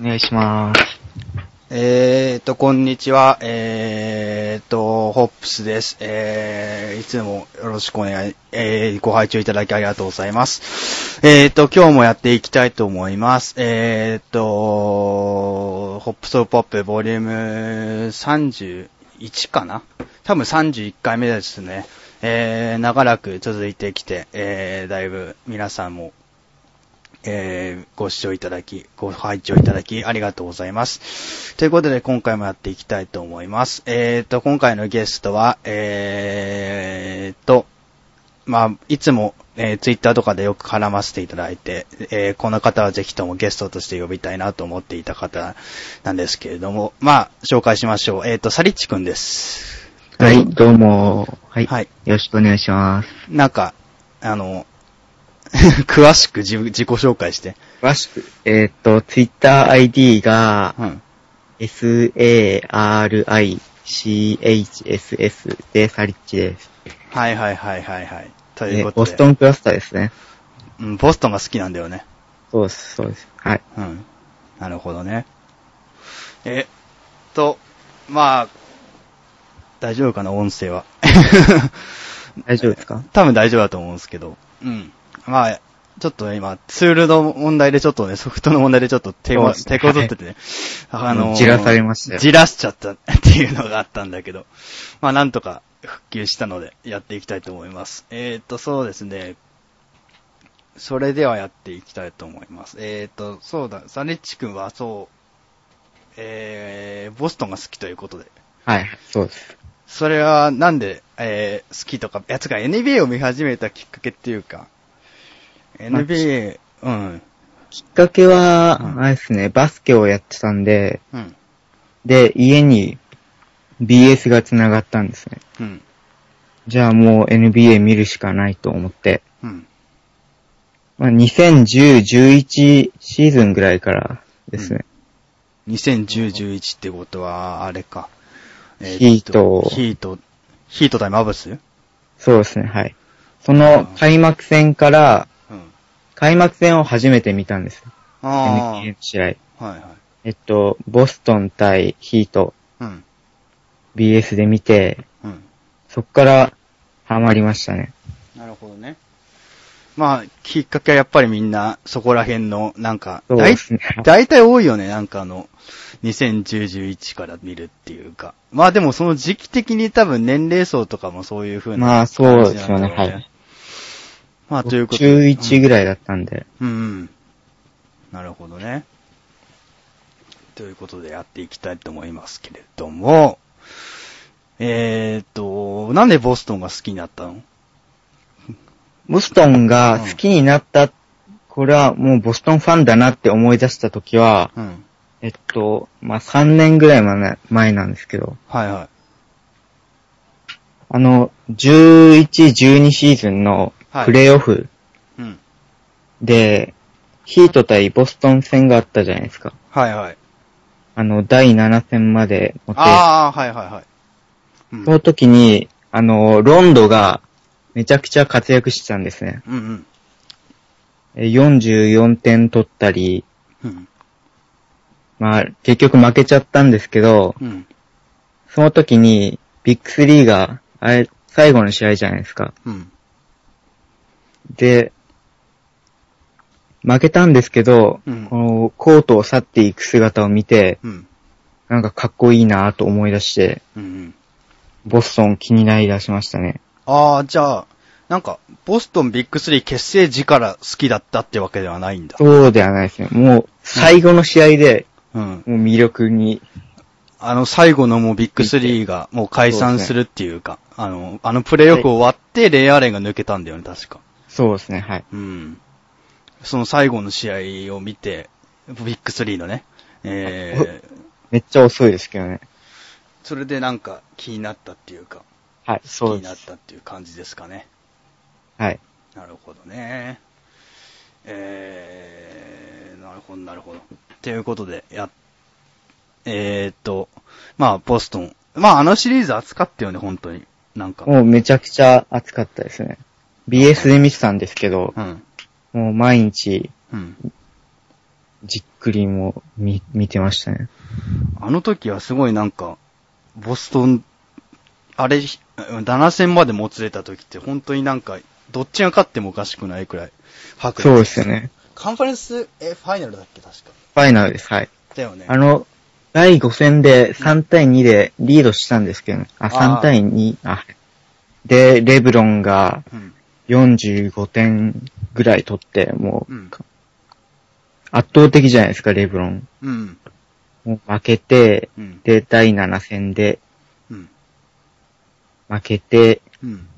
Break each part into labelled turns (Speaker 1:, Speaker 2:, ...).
Speaker 1: お願いします。
Speaker 2: えーと、こんにちは。えーと、ホップスです。えー、いつもよろしくお願い、えー、ご拝聴いただきありがとうございます。えーと、今日もやっていきたいと思います。えーと、ホップスオブポップボリューム31かな多分31回目ですね。えー、長らく続いてきて、えー、だいぶ皆さんもえーご視聴いただき、ご拝聴いただき、ありがとうございます。ということで、今回もやっていきたいと思います。えっ、と、今回のゲストは、えー、と、まあ、いつも、えー、ツイッターとかでよく絡ませていただいて、えーこの方はぜひともゲストとして呼びたいなと思っていた方なんですけれども、まあ、紹介しましょう。えっ、と、サリッチくんです。
Speaker 1: はい、どうも。はい。
Speaker 2: はい
Speaker 1: よろしくお願いします。
Speaker 2: なんか、あの、 詳しく自分自己紹介して。
Speaker 1: 詳しく。えーっと、TwitterID が、
Speaker 2: うん。
Speaker 1: SARICHSS で、サリッチです。
Speaker 2: はいはいはいはいはい。とい
Speaker 1: ね
Speaker 2: うことで。
Speaker 1: ボストンクラスターですね。
Speaker 2: うん、ボストンが好きなんだよね。
Speaker 1: そうです、そうです。はい。
Speaker 2: うん。なるほどね。えっと、まあ、大丈夫かな、音声は。
Speaker 1: 大丈夫ですか
Speaker 2: 多分大丈夫だと思うんですけど。うん。まあ、ちょっとね、今、ツールの問題でちょっとね、ソフトの問題でちょっと手
Speaker 1: そう
Speaker 2: こ、
Speaker 1: ですね
Speaker 2: 手こずっててね。あのー、
Speaker 1: じらされましたよ
Speaker 2: じらしちゃったっていうのがあったんだけど。まあ、なんとか復旧したので、やっていきたいと思います。えーっと、そうですね。それではやっていきたいと思います。えーっと、そうだ、サネッチ君はそう、えー、ボストンが好きということで。
Speaker 1: はい、そうです。
Speaker 2: それはなんで、えー好きとか、やつが NBA を見始めたきっかけっていうか、
Speaker 1: まあ
Speaker 2: NBA、うん、
Speaker 1: きっかけは
Speaker 2: う、ん
Speaker 1: あれですね、バスケをやってたんで、
Speaker 2: うん、
Speaker 1: で、家に BS が繋がったんですね。
Speaker 2: うん、
Speaker 1: じゃあもう NBA 見るしかないと思って、
Speaker 2: うん、
Speaker 1: まあ、2010-11シーズンぐらいからですね。
Speaker 2: 2010-11ってことは、あれか。え
Speaker 1: ヒート
Speaker 2: ヒート、ヒート対マブス
Speaker 1: そうですね、はい。その開幕戦から、
Speaker 2: うん。
Speaker 1: 開幕戦を初めて見たんですよ。
Speaker 2: あ
Speaker 1: NBA の試合。
Speaker 2: あ、はいはい。
Speaker 1: えっと、ボストン対ヒート、
Speaker 2: うん、
Speaker 1: BS で見て、
Speaker 2: うん。
Speaker 1: そっからハマりましたね。
Speaker 2: なるほどね。まあ、きっかけはやっぱりみんな、そこら辺の、なんか、
Speaker 1: そう
Speaker 2: 大
Speaker 1: ですね。
Speaker 2: 大体多いよね、なんかあの、2010-11から見るっていうか。まあでもその時期的に多分年齢層とかもそういう風な。
Speaker 1: まあそうですよねはい。
Speaker 2: まあということ
Speaker 1: 中1ぐらいだったんで。
Speaker 2: うん、うん。なるほどね。ということでやっていきたいと思いますけれども、えーっと、なんでボストンが好きになったの
Speaker 1: ボストンが好きになった、これはもうボストンファンだなって思い出した時は、
Speaker 2: うん。
Speaker 1: えっと、まあ3年ぐらい前前なんですけど、
Speaker 2: はいはい。
Speaker 1: あの、11、12シーズンの
Speaker 2: はい
Speaker 1: プレイオフ
Speaker 2: うん。
Speaker 1: で、ヒート対ボストン戦があったじゃないですか。
Speaker 2: はいはい。
Speaker 1: あの、第7戦まで持って、
Speaker 2: ああ、はいはいはい。う
Speaker 1: その
Speaker 2: ん。
Speaker 1: 時に、あの、ロンドがめちゃくちゃ活躍してたんですね。
Speaker 2: うんうん。
Speaker 1: え44点取ったり、
Speaker 2: うん。
Speaker 1: まあ、結局負けちゃったんですけど、
Speaker 2: うん。
Speaker 1: その時に、ビッグスリーが、あれ、最後の試合じゃないですか。
Speaker 2: うん。
Speaker 1: で、負けたんですけど、
Speaker 2: うん
Speaker 1: このコートを去っていく姿を見て、
Speaker 2: うん。
Speaker 1: なんかかっこいいなぁと思い出して、
Speaker 2: うんうん。
Speaker 1: ボストン気になり出しましたね。
Speaker 2: ああ、じゃあ、なんか、ボストンビッグスリー結成時から好きだったってわけではないんだ。
Speaker 1: そうではないですね。もう、最後の試合で、
Speaker 2: うん。
Speaker 1: もう魅力に、
Speaker 2: あの、最後のもうビッグスリーがもう解散するっていうか、あの、あのプレイオフ終わってレイアーレンが抜けたんだよね、確か。
Speaker 1: そうですね、はい。
Speaker 2: うん。その最後の試合を見て、ビッグスリーのね、えー、
Speaker 1: めっちゃ遅いですけどね。
Speaker 2: それでなんか気になったっていうか、
Speaker 1: はい、
Speaker 2: 気
Speaker 1: そう
Speaker 2: に
Speaker 1: で
Speaker 2: なっ
Speaker 1: す。
Speaker 2: たっていう感じですかね。
Speaker 1: はい。
Speaker 2: なるほどね。えー、なるほど、なるほど。ということで、やっ、えーっと、まあ、ボストン。まあ、あのシリーズ熱かったよね、本当に。なんか。
Speaker 1: もうめちゃくちゃ暑かったですね。BS で見てたんですけど
Speaker 2: う、ん。
Speaker 1: もう毎日
Speaker 2: うん。
Speaker 1: じっくりもう見、見てましたね。
Speaker 2: あの時はすごいなんか、ボストン、あれ、7戦までもつれた時って本当になんか、どっちが勝ってもおかしくないくらい、白
Speaker 1: そうですよね。
Speaker 2: カンファレンス、え、ファイナルだっけ確か。
Speaker 1: ファイナルです。はい。
Speaker 2: だよね。
Speaker 1: あの、第5戦で3対2でリードしたんですけどね。あ、
Speaker 2: あー
Speaker 1: 3対2。あ、で、レブロンが
Speaker 2: うん。
Speaker 1: 45点ぐらい取って、もう、
Speaker 2: うん
Speaker 1: 圧倒的じゃないですか、レブロン。
Speaker 2: うん。
Speaker 1: もう負けて、
Speaker 2: うん。
Speaker 1: で、第7戦で
Speaker 2: うん。
Speaker 1: 負けて、
Speaker 2: うん。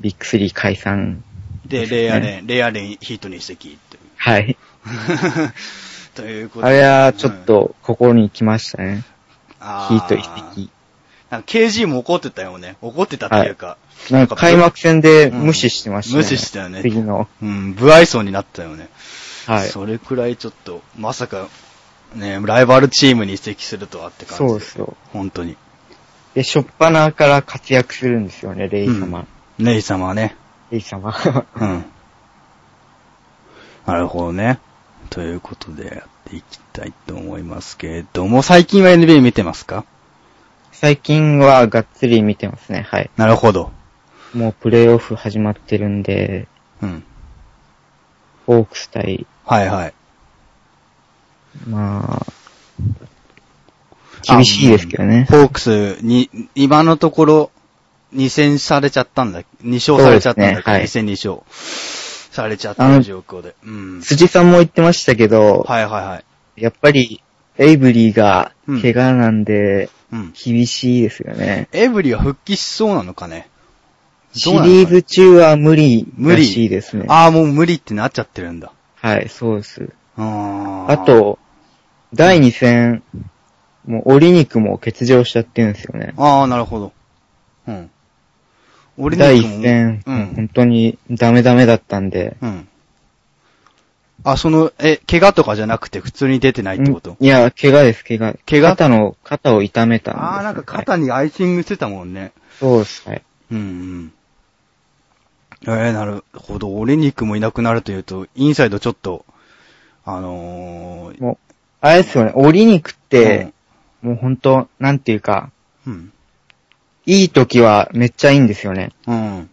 Speaker 1: ビッグスリー解散。
Speaker 2: で、レイアレン、レイアレンヒートに移 籍っていう。
Speaker 1: はい。
Speaker 2: ということ
Speaker 1: あれはちょっ、と心に来ましたね。ヒート移
Speaker 2: 籍。
Speaker 1: 籍。
Speaker 2: なんか KG も怒ってたよね。怒ってたっていうか。
Speaker 1: なんか開幕戦で無視してましたね。
Speaker 2: 無視したよね
Speaker 1: 次の。
Speaker 2: うん、不愛想になったよね。
Speaker 1: はい。
Speaker 2: それくらいちょっと、まさか、ね、ライバルチームに移籍するとはって感じ。
Speaker 1: そうですよ。
Speaker 2: 本当に。
Speaker 1: で、初っ端から活躍するんですよね、レイ様。
Speaker 2: うんネイ様はね。
Speaker 1: レイ様。
Speaker 2: うん。なるほどね。ということでやっていきたいと思いますけれども、最近は NBA 見てますか
Speaker 1: 最近はがっつり見てますね、はい。
Speaker 2: なるほど。
Speaker 1: もうプレイオフ始まってるんで、
Speaker 2: うん。
Speaker 1: ホークス対、
Speaker 2: はいはい。
Speaker 1: まあ、厳しいですけどね
Speaker 2: あ。うんホークスに、今のところ、2戦されちゃったんだ。2勝されちゃったんだけど、
Speaker 1: そう
Speaker 2: 2
Speaker 1: です
Speaker 2: 戦2勝されちゃった状況で。うん。
Speaker 1: 辻さんも言ってましたけど、
Speaker 2: はいはいはい。
Speaker 1: やっぱり、エイブリーが怪我なんで、
Speaker 2: うん。
Speaker 1: 厳しいですよね。
Speaker 2: エブリは復帰しそうなのかね
Speaker 1: シリーズ中は無理
Speaker 2: 無
Speaker 1: ら
Speaker 2: 理
Speaker 1: しいですね。
Speaker 2: ああ、もう無理ってなっちゃってるんだ。
Speaker 1: はい、そうです。
Speaker 2: あ
Speaker 1: あ、と、第2戦、もう、折り肉も欠場しちゃってるんですよね。
Speaker 2: ああ、なるほど。うん。俺
Speaker 1: 第1戦、
Speaker 2: う
Speaker 1: 本
Speaker 2: ん。
Speaker 1: 当にダメダメだったんで。
Speaker 2: うん。あ、その、え、怪我とかじゃなくて普通に出てないってこと
Speaker 1: んいや、怪我です、怪我。
Speaker 2: 怪我
Speaker 1: 肩の、肩を痛めたんですよ。
Speaker 2: ああ、なんか
Speaker 1: はい
Speaker 2: 肩にアイシングしてたもんね。
Speaker 1: そうです、はい。
Speaker 2: うんうん。ええなるほど。俺肉もいなくなるというと、インサイドちょっと、あのー、
Speaker 1: もう、あれですよね、折り肉って、もう本当なんていうか、
Speaker 2: うん、
Speaker 1: いい時はめっちゃいいんですよね。
Speaker 2: うん。うん。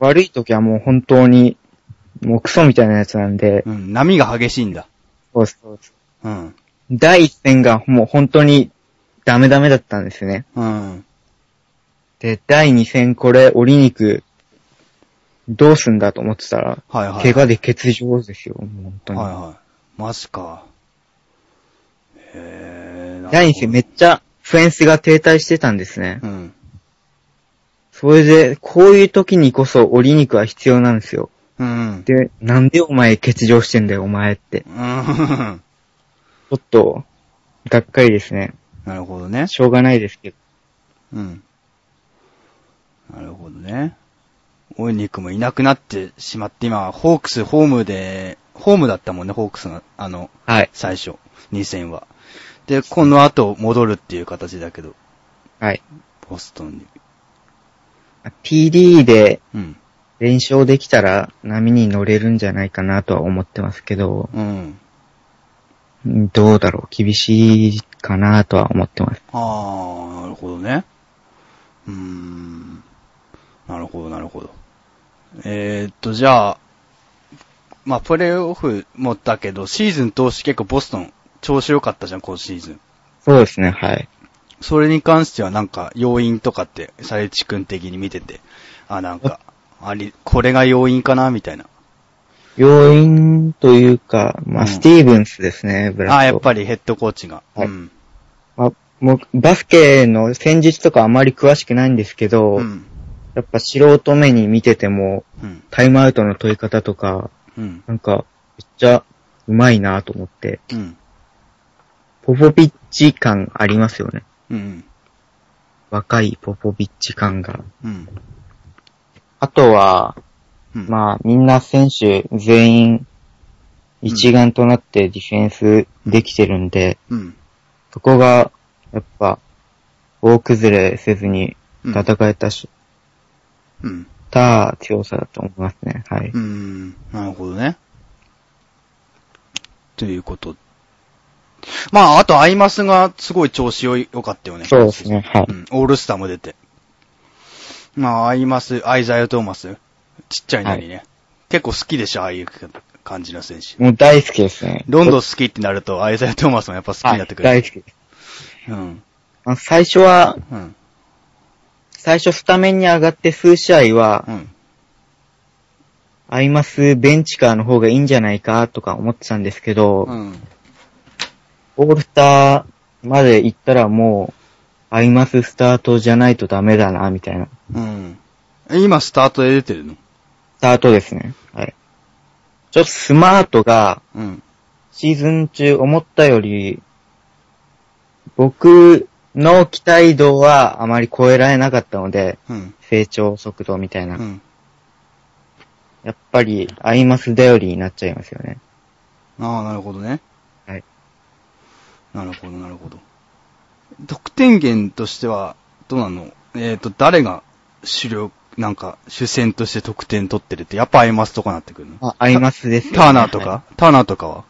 Speaker 1: 悪い時はもう本当に、もうクソみたいなやつなんで、
Speaker 2: うん。波が激しいんだ。
Speaker 1: そうです、そうです。
Speaker 2: うん。
Speaker 1: 第1戦がもう本当にダメダメだったんですよね。
Speaker 2: うん。
Speaker 1: で、第2戦これ、折り肉、どうすんだと思ってたら、
Speaker 2: はいはい。
Speaker 1: 怪我で欠場ですよ、もう本当に。
Speaker 2: はいはい。マジか。へえ。なるほど
Speaker 1: 第2戦めっちゃ、フェンスが停滞してたんですね。
Speaker 2: うん。
Speaker 1: それで、こういう時にこそ折り肉は必要なんですよ。
Speaker 2: うん。
Speaker 1: で、なんでお前欠場してんだよ、お前って。
Speaker 2: うん。
Speaker 1: ちょっと、がっかりですね。
Speaker 2: なるほどね。
Speaker 1: しょうがないですけど。
Speaker 2: うん。なるほどね。オイニックもいなくなってしまって、今、ホークスホームで、ホームだったもんね、ホークスが、あの、
Speaker 1: はい。
Speaker 2: 最初、2戦は。で、この後戻るっていう形だけど、
Speaker 1: はい。
Speaker 2: ボストンに。
Speaker 1: TD で
Speaker 2: うん。
Speaker 1: 連勝できたら波に乗れるんじゃないかなとは思ってますけど、
Speaker 2: うん。
Speaker 1: うんどうだろう、厳しいかなとは思ってます。
Speaker 2: あー、なるほどね。うーん。なるほど、なるほど。えー、っと、じゃあ、まあ、プレイオフもだけど、シーズン通して結構ボストン、調子良かったじゃん、今シーズン。
Speaker 1: そうですね、はい。
Speaker 2: それに関してはなんか、要因とかって、サレチ君的に見てて、あ、なんか、あり、これが要因かな、みたいな。
Speaker 1: 要因というか、ま
Speaker 2: う
Speaker 1: あ、
Speaker 2: ん
Speaker 1: スティーブンスですね、ブラッド。
Speaker 2: あ、やっぱりヘッドコーチが。
Speaker 1: はい
Speaker 2: うん。
Speaker 1: まあ僕バスケの戦術とかあまり詳しくないんですけど、
Speaker 2: うん。
Speaker 1: やっぱ素人目に見てても、
Speaker 2: うん。
Speaker 1: タイムアウトの取り方とか、
Speaker 2: うん。
Speaker 1: なんか、めっちゃ、うまいなと思って、
Speaker 2: うん。
Speaker 1: ポポビッチ感ありますよね。
Speaker 2: うん。
Speaker 1: 若いポポビッチ感が。
Speaker 2: うん。
Speaker 1: あとは、
Speaker 2: うん。あ、
Speaker 1: まあ、みんな選手全員一丸となってディフェンスできてるんで、
Speaker 2: うん。
Speaker 1: そこが、やっぱ、大崩れせずに
Speaker 2: うん
Speaker 1: 戦えたし、
Speaker 2: うん。
Speaker 1: た強さだと思いますね。はい。
Speaker 2: うん。なるほどね。ということ。まあ、あと、アイマスがすごい調子よい良かったよね。
Speaker 1: そうですね、はい。
Speaker 2: うん、オールスターも出て。まあ、アイマス、アイザイア・トーマス、ちっちゃいのにね。結構好きでしょ、ああいう感じの選手。
Speaker 1: もう大好きですね。
Speaker 2: ロンドン好きってなると、アイザイア・トーマスもやっぱ好きになってくる。
Speaker 1: はい大好きです。
Speaker 2: うん。
Speaker 1: あ最初は、
Speaker 2: うん。
Speaker 1: 最初スタメンに上がって数試合は、
Speaker 2: うん。
Speaker 1: アイマスベンチカーの方がいいんじゃないかとか思ってたんですけど、
Speaker 2: うん。
Speaker 1: オールスターまで行ったらもう、アイマススタートじゃないとダメだな、みたいな。
Speaker 2: うん。え今、スタートで出てるの
Speaker 1: スタートですね。はい。ちょっとスマートが、
Speaker 2: うん。
Speaker 1: シーズン中思ったより、僕の期待度はあまり超えられなかったので、
Speaker 2: うん。
Speaker 1: 成長速度みたいな。
Speaker 2: うん。
Speaker 1: やっぱり、アイマス頼りになっちゃいますよね。
Speaker 2: ああ、なるほどね。
Speaker 1: はい。
Speaker 2: なるほど、なるほど。得点源としては、どうなのえっ、と、誰が主力、なんか、主戦として得点取ってるって、やっぱアイマスとかなってくるの
Speaker 1: あ、アイマスです、
Speaker 2: ターナーと
Speaker 1: はい
Speaker 2: かターナーとかは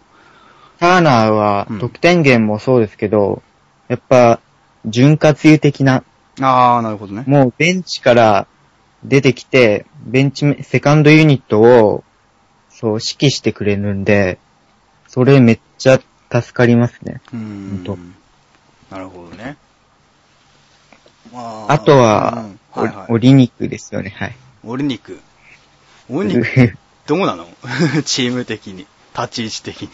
Speaker 1: ターナーは
Speaker 2: うん、
Speaker 1: 得点源もそうですけど、やっぱ、潤滑油的な、
Speaker 2: ああ、なるほどね。
Speaker 1: もうベンチから出てきて、ベンチめ、セカンドユニットを、そう、指揮してくれるんで、それめっちゃ助かりますね。
Speaker 2: うーん
Speaker 1: ほん。
Speaker 2: なるほどね。ま
Speaker 1: あとは
Speaker 2: うん、
Speaker 1: お
Speaker 2: はいはい
Speaker 1: オリニックですよね、はい。
Speaker 2: オリニク。オリニク、どうなの チーム的に。立ち位置的に。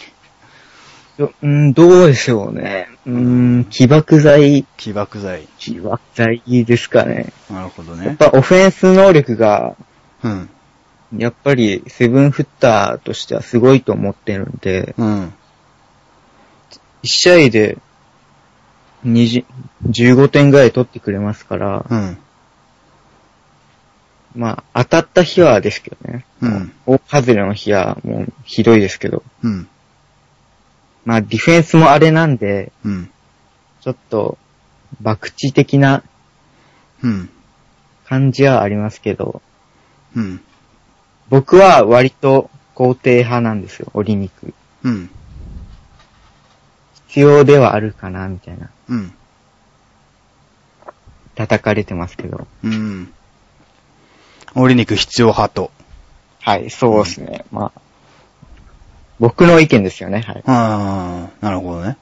Speaker 1: どうん、どうでしょうね。うん、起爆剤、
Speaker 2: 起爆剤。
Speaker 1: 起爆剤ですかね。
Speaker 2: なるほど
Speaker 1: やっ
Speaker 2: ね。
Speaker 1: ぱオフェンス能力が、
Speaker 2: うん。
Speaker 1: やっぱりセブンフッターとしてはすごいと思ってるんで、
Speaker 2: うん。
Speaker 1: 1試合で20 15点ぐらい取ってくれますから、
Speaker 2: うん。
Speaker 1: まあ当たった日はですけどね。
Speaker 2: うん。
Speaker 1: 大外れの日はもうひどいですけど、
Speaker 2: うん。
Speaker 1: まあディフェンスもあれなんで、
Speaker 2: うん。
Speaker 1: ちょっと爆地的な
Speaker 2: うん。
Speaker 1: 感じはありますけど、
Speaker 2: うん。
Speaker 1: 僕は割と肯定派なんですよ、オリニク。
Speaker 2: うん。
Speaker 1: 必要ではあるかな、みたいな。
Speaker 2: うん。
Speaker 1: 叩かれてますけど。
Speaker 2: うん。折肉必要派と。
Speaker 1: はい、そうですね。まあ、僕の意見ですよね、はい。
Speaker 2: ああ、なるほどね。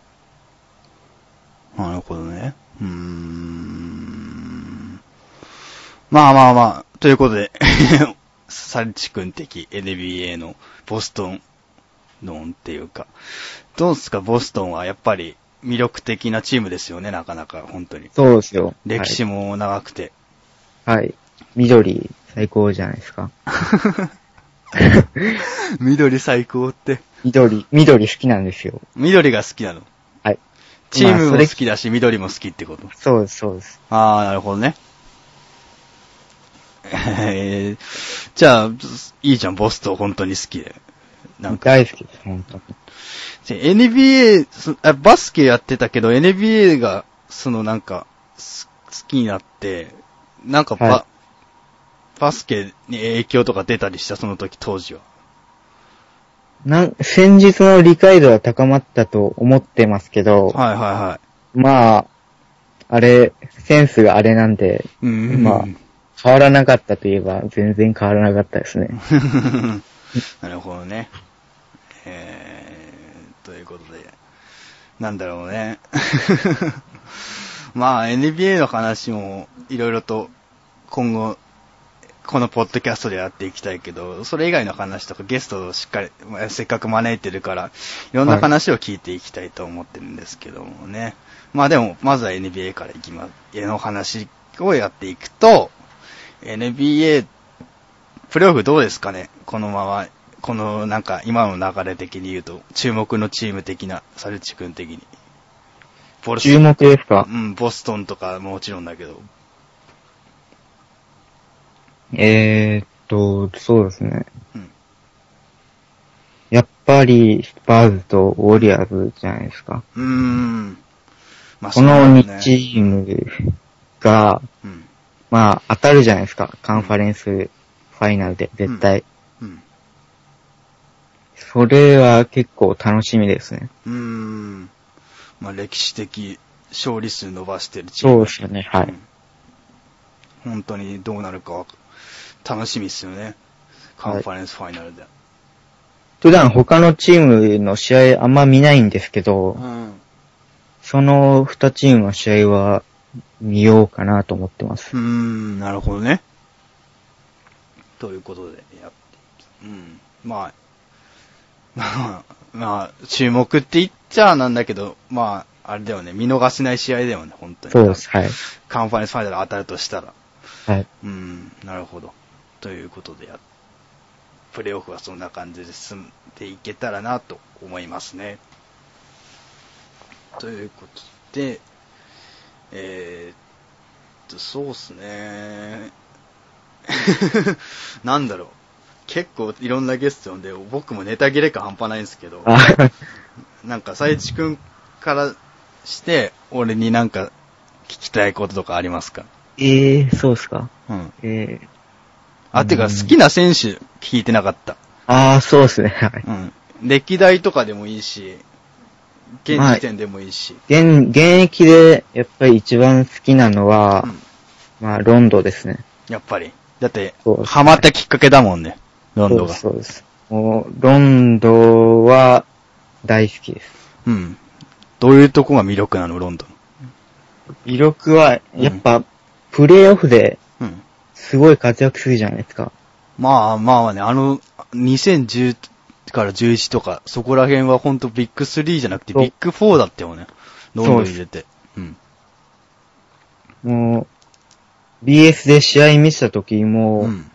Speaker 2: なるほどね。うーん。まあまあまあ、ということで、サルチ君的 NBA のボストン論っていうか、どうですか、ボストンはやっぱり魅力的なチームですよね、なかなか、本当に。
Speaker 1: そうですよ。
Speaker 2: 歴史も長くて。
Speaker 1: はい。はい。緑、最高じゃないですか。
Speaker 2: 緑最高って。
Speaker 1: 緑、緑好きなんですよ。
Speaker 2: 緑が好きなの。
Speaker 1: はい。
Speaker 2: チーム
Speaker 1: まあ
Speaker 2: も
Speaker 1: そ
Speaker 2: 好
Speaker 1: れ
Speaker 2: きだし、緑も好きってこと。
Speaker 1: そうです、そうです。
Speaker 2: ああ、なるほどね。えー、じゃあ、いいじゃん、ボストン本当に好きで。なんか、
Speaker 1: 大好きです、本当に。
Speaker 2: NBA そあ、バスケやってたけど、NBA が、そのなんか、す好きになって、なんかバ、
Speaker 1: は
Speaker 2: バスケに影響とか出たりした、その時、当時は。
Speaker 1: なん、先日の理解度は高まったと思ってますけど、
Speaker 2: はいはいは
Speaker 1: まあ、あれ、センスがあれなんで、
Speaker 2: い。うん。
Speaker 1: まあ、変わらなかったといえば、全然変わらなかったですね。
Speaker 2: なるほどね。えー、ということで、なんだろうね。 まあ、NBA の話もいろいろと今後、このポッドキャストでやっていきたいけど、それ以外の話とかゲストをしっかり、まあせっかく招いてるから、いろんな話を聞いていきたいと思ってるんですけどもね。まあでも、まずは NBA からいきます。家の話をやっていくと、NBA プレーオフどうですかねこのまま、このなんか今の流れ的に言うと、注目のチーム的な、サルチ君的に。ボルス
Speaker 1: 注目ですか
Speaker 2: うん、ボストンとかもちろんだけど。
Speaker 1: えー、っと、そうですね。
Speaker 2: うん
Speaker 1: やっぱり、スパーズとウォリアーズじゃないですか。
Speaker 2: うーん。まあ
Speaker 1: この
Speaker 2: そうだ
Speaker 1: 2
Speaker 2: ね
Speaker 1: チームが、
Speaker 2: うん。
Speaker 1: まあ、当たるじゃないですか。カンファレンスファイナルで、絶対。
Speaker 2: うん。
Speaker 1: そそれは結構楽しみですね。
Speaker 2: うーん。まあ、歴史的勝利数伸ばしてるチー
Speaker 1: そう
Speaker 2: ム。
Speaker 1: ですよね、はい。
Speaker 2: うん本当にどうなるかわか楽しみですよね。カンファレンスファイナルで。
Speaker 1: 普段他のチームの試合あんま見ないんですけど、
Speaker 2: うん。
Speaker 1: その二チームの試合は見ようかなと思ってます。
Speaker 2: うーん、なるほどね。ということで、やって、うん。まあ、 まあ、まあ、注目って言っちゃなんだけど、まあ、あれだよね、見逃せない試合だよね、本当に。
Speaker 1: そうです、はい。
Speaker 2: カンファレンスファイナル当たるとしたら。
Speaker 1: はい。
Speaker 2: うん、なるほど。ということでや、プレイオフはそんな感じで進んでいけたらなと思いますね。ということで、えー、っと、そうっすね。 なんだろう。結構いろんなゲスト呼んで、僕もネタ切れ感半端ないんですけど。
Speaker 1: あ
Speaker 2: なんか、佐伯くんからして、俺になんか聞きたいこととかありますか
Speaker 1: えー、そうですか。
Speaker 2: うん。
Speaker 1: えー、
Speaker 2: あ、てか、
Speaker 1: うん
Speaker 2: 好きな選手聞いてなかった。
Speaker 1: あー、そうですね、はい。
Speaker 2: うん。歴代とかでもいいし、現時点でもいいし。
Speaker 1: 現、現役でやっぱり一番好きなのは、
Speaker 2: うん
Speaker 1: まあ、ロンドですね。
Speaker 2: やっぱり。だって
Speaker 1: そうです、ね
Speaker 2: ハマったきっかけだもんね。ロンドが。
Speaker 1: そうです。そうですもう、ロンドは大好きです。
Speaker 2: うん。どういうとこが魅力なの、ロンドン。
Speaker 1: 威力は、やっぱ、プレイオフで
Speaker 2: うん。
Speaker 1: すごい活躍するじゃないですか。
Speaker 2: まあまあね、あの、2010から11とか、そこら辺はほんとビッグ3じゃなくて
Speaker 1: そう
Speaker 2: ビッグ4だったよね。ロンドン入れて。うん。
Speaker 1: もう、BS で試合見せた時も、
Speaker 2: うん。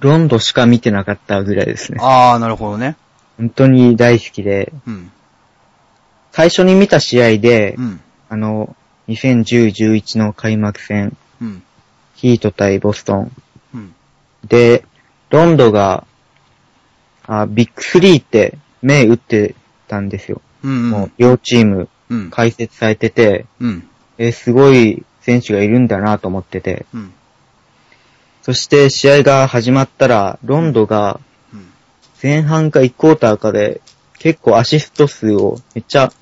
Speaker 1: ロンドしか見てなかったぐらいですね。
Speaker 2: ああ、なるほどね。
Speaker 1: 本当に大好きで、
Speaker 2: うん。
Speaker 1: 最初に見た試合で、
Speaker 2: うん。
Speaker 1: あの、2010-11の開幕戦、
Speaker 2: うん。
Speaker 1: ヒート対ボストン。
Speaker 2: うん。
Speaker 1: で、ロンドが、あビッグ3って目打ってたんですよ。
Speaker 2: うん。
Speaker 1: もう両チーム
Speaker 2: うん。
Speaker 1: 解説されてて、
Speaker 2: うん。
Speaker 1: えーすごい選手がいるんだなと思ってて。
Speaker 2: うん。
Speaker 1: そして試合が始まったら、ロンドが
Speaker 2: うん。
Speaker 1: 前半か1クォーターかで結構アシスト数をめっちゃ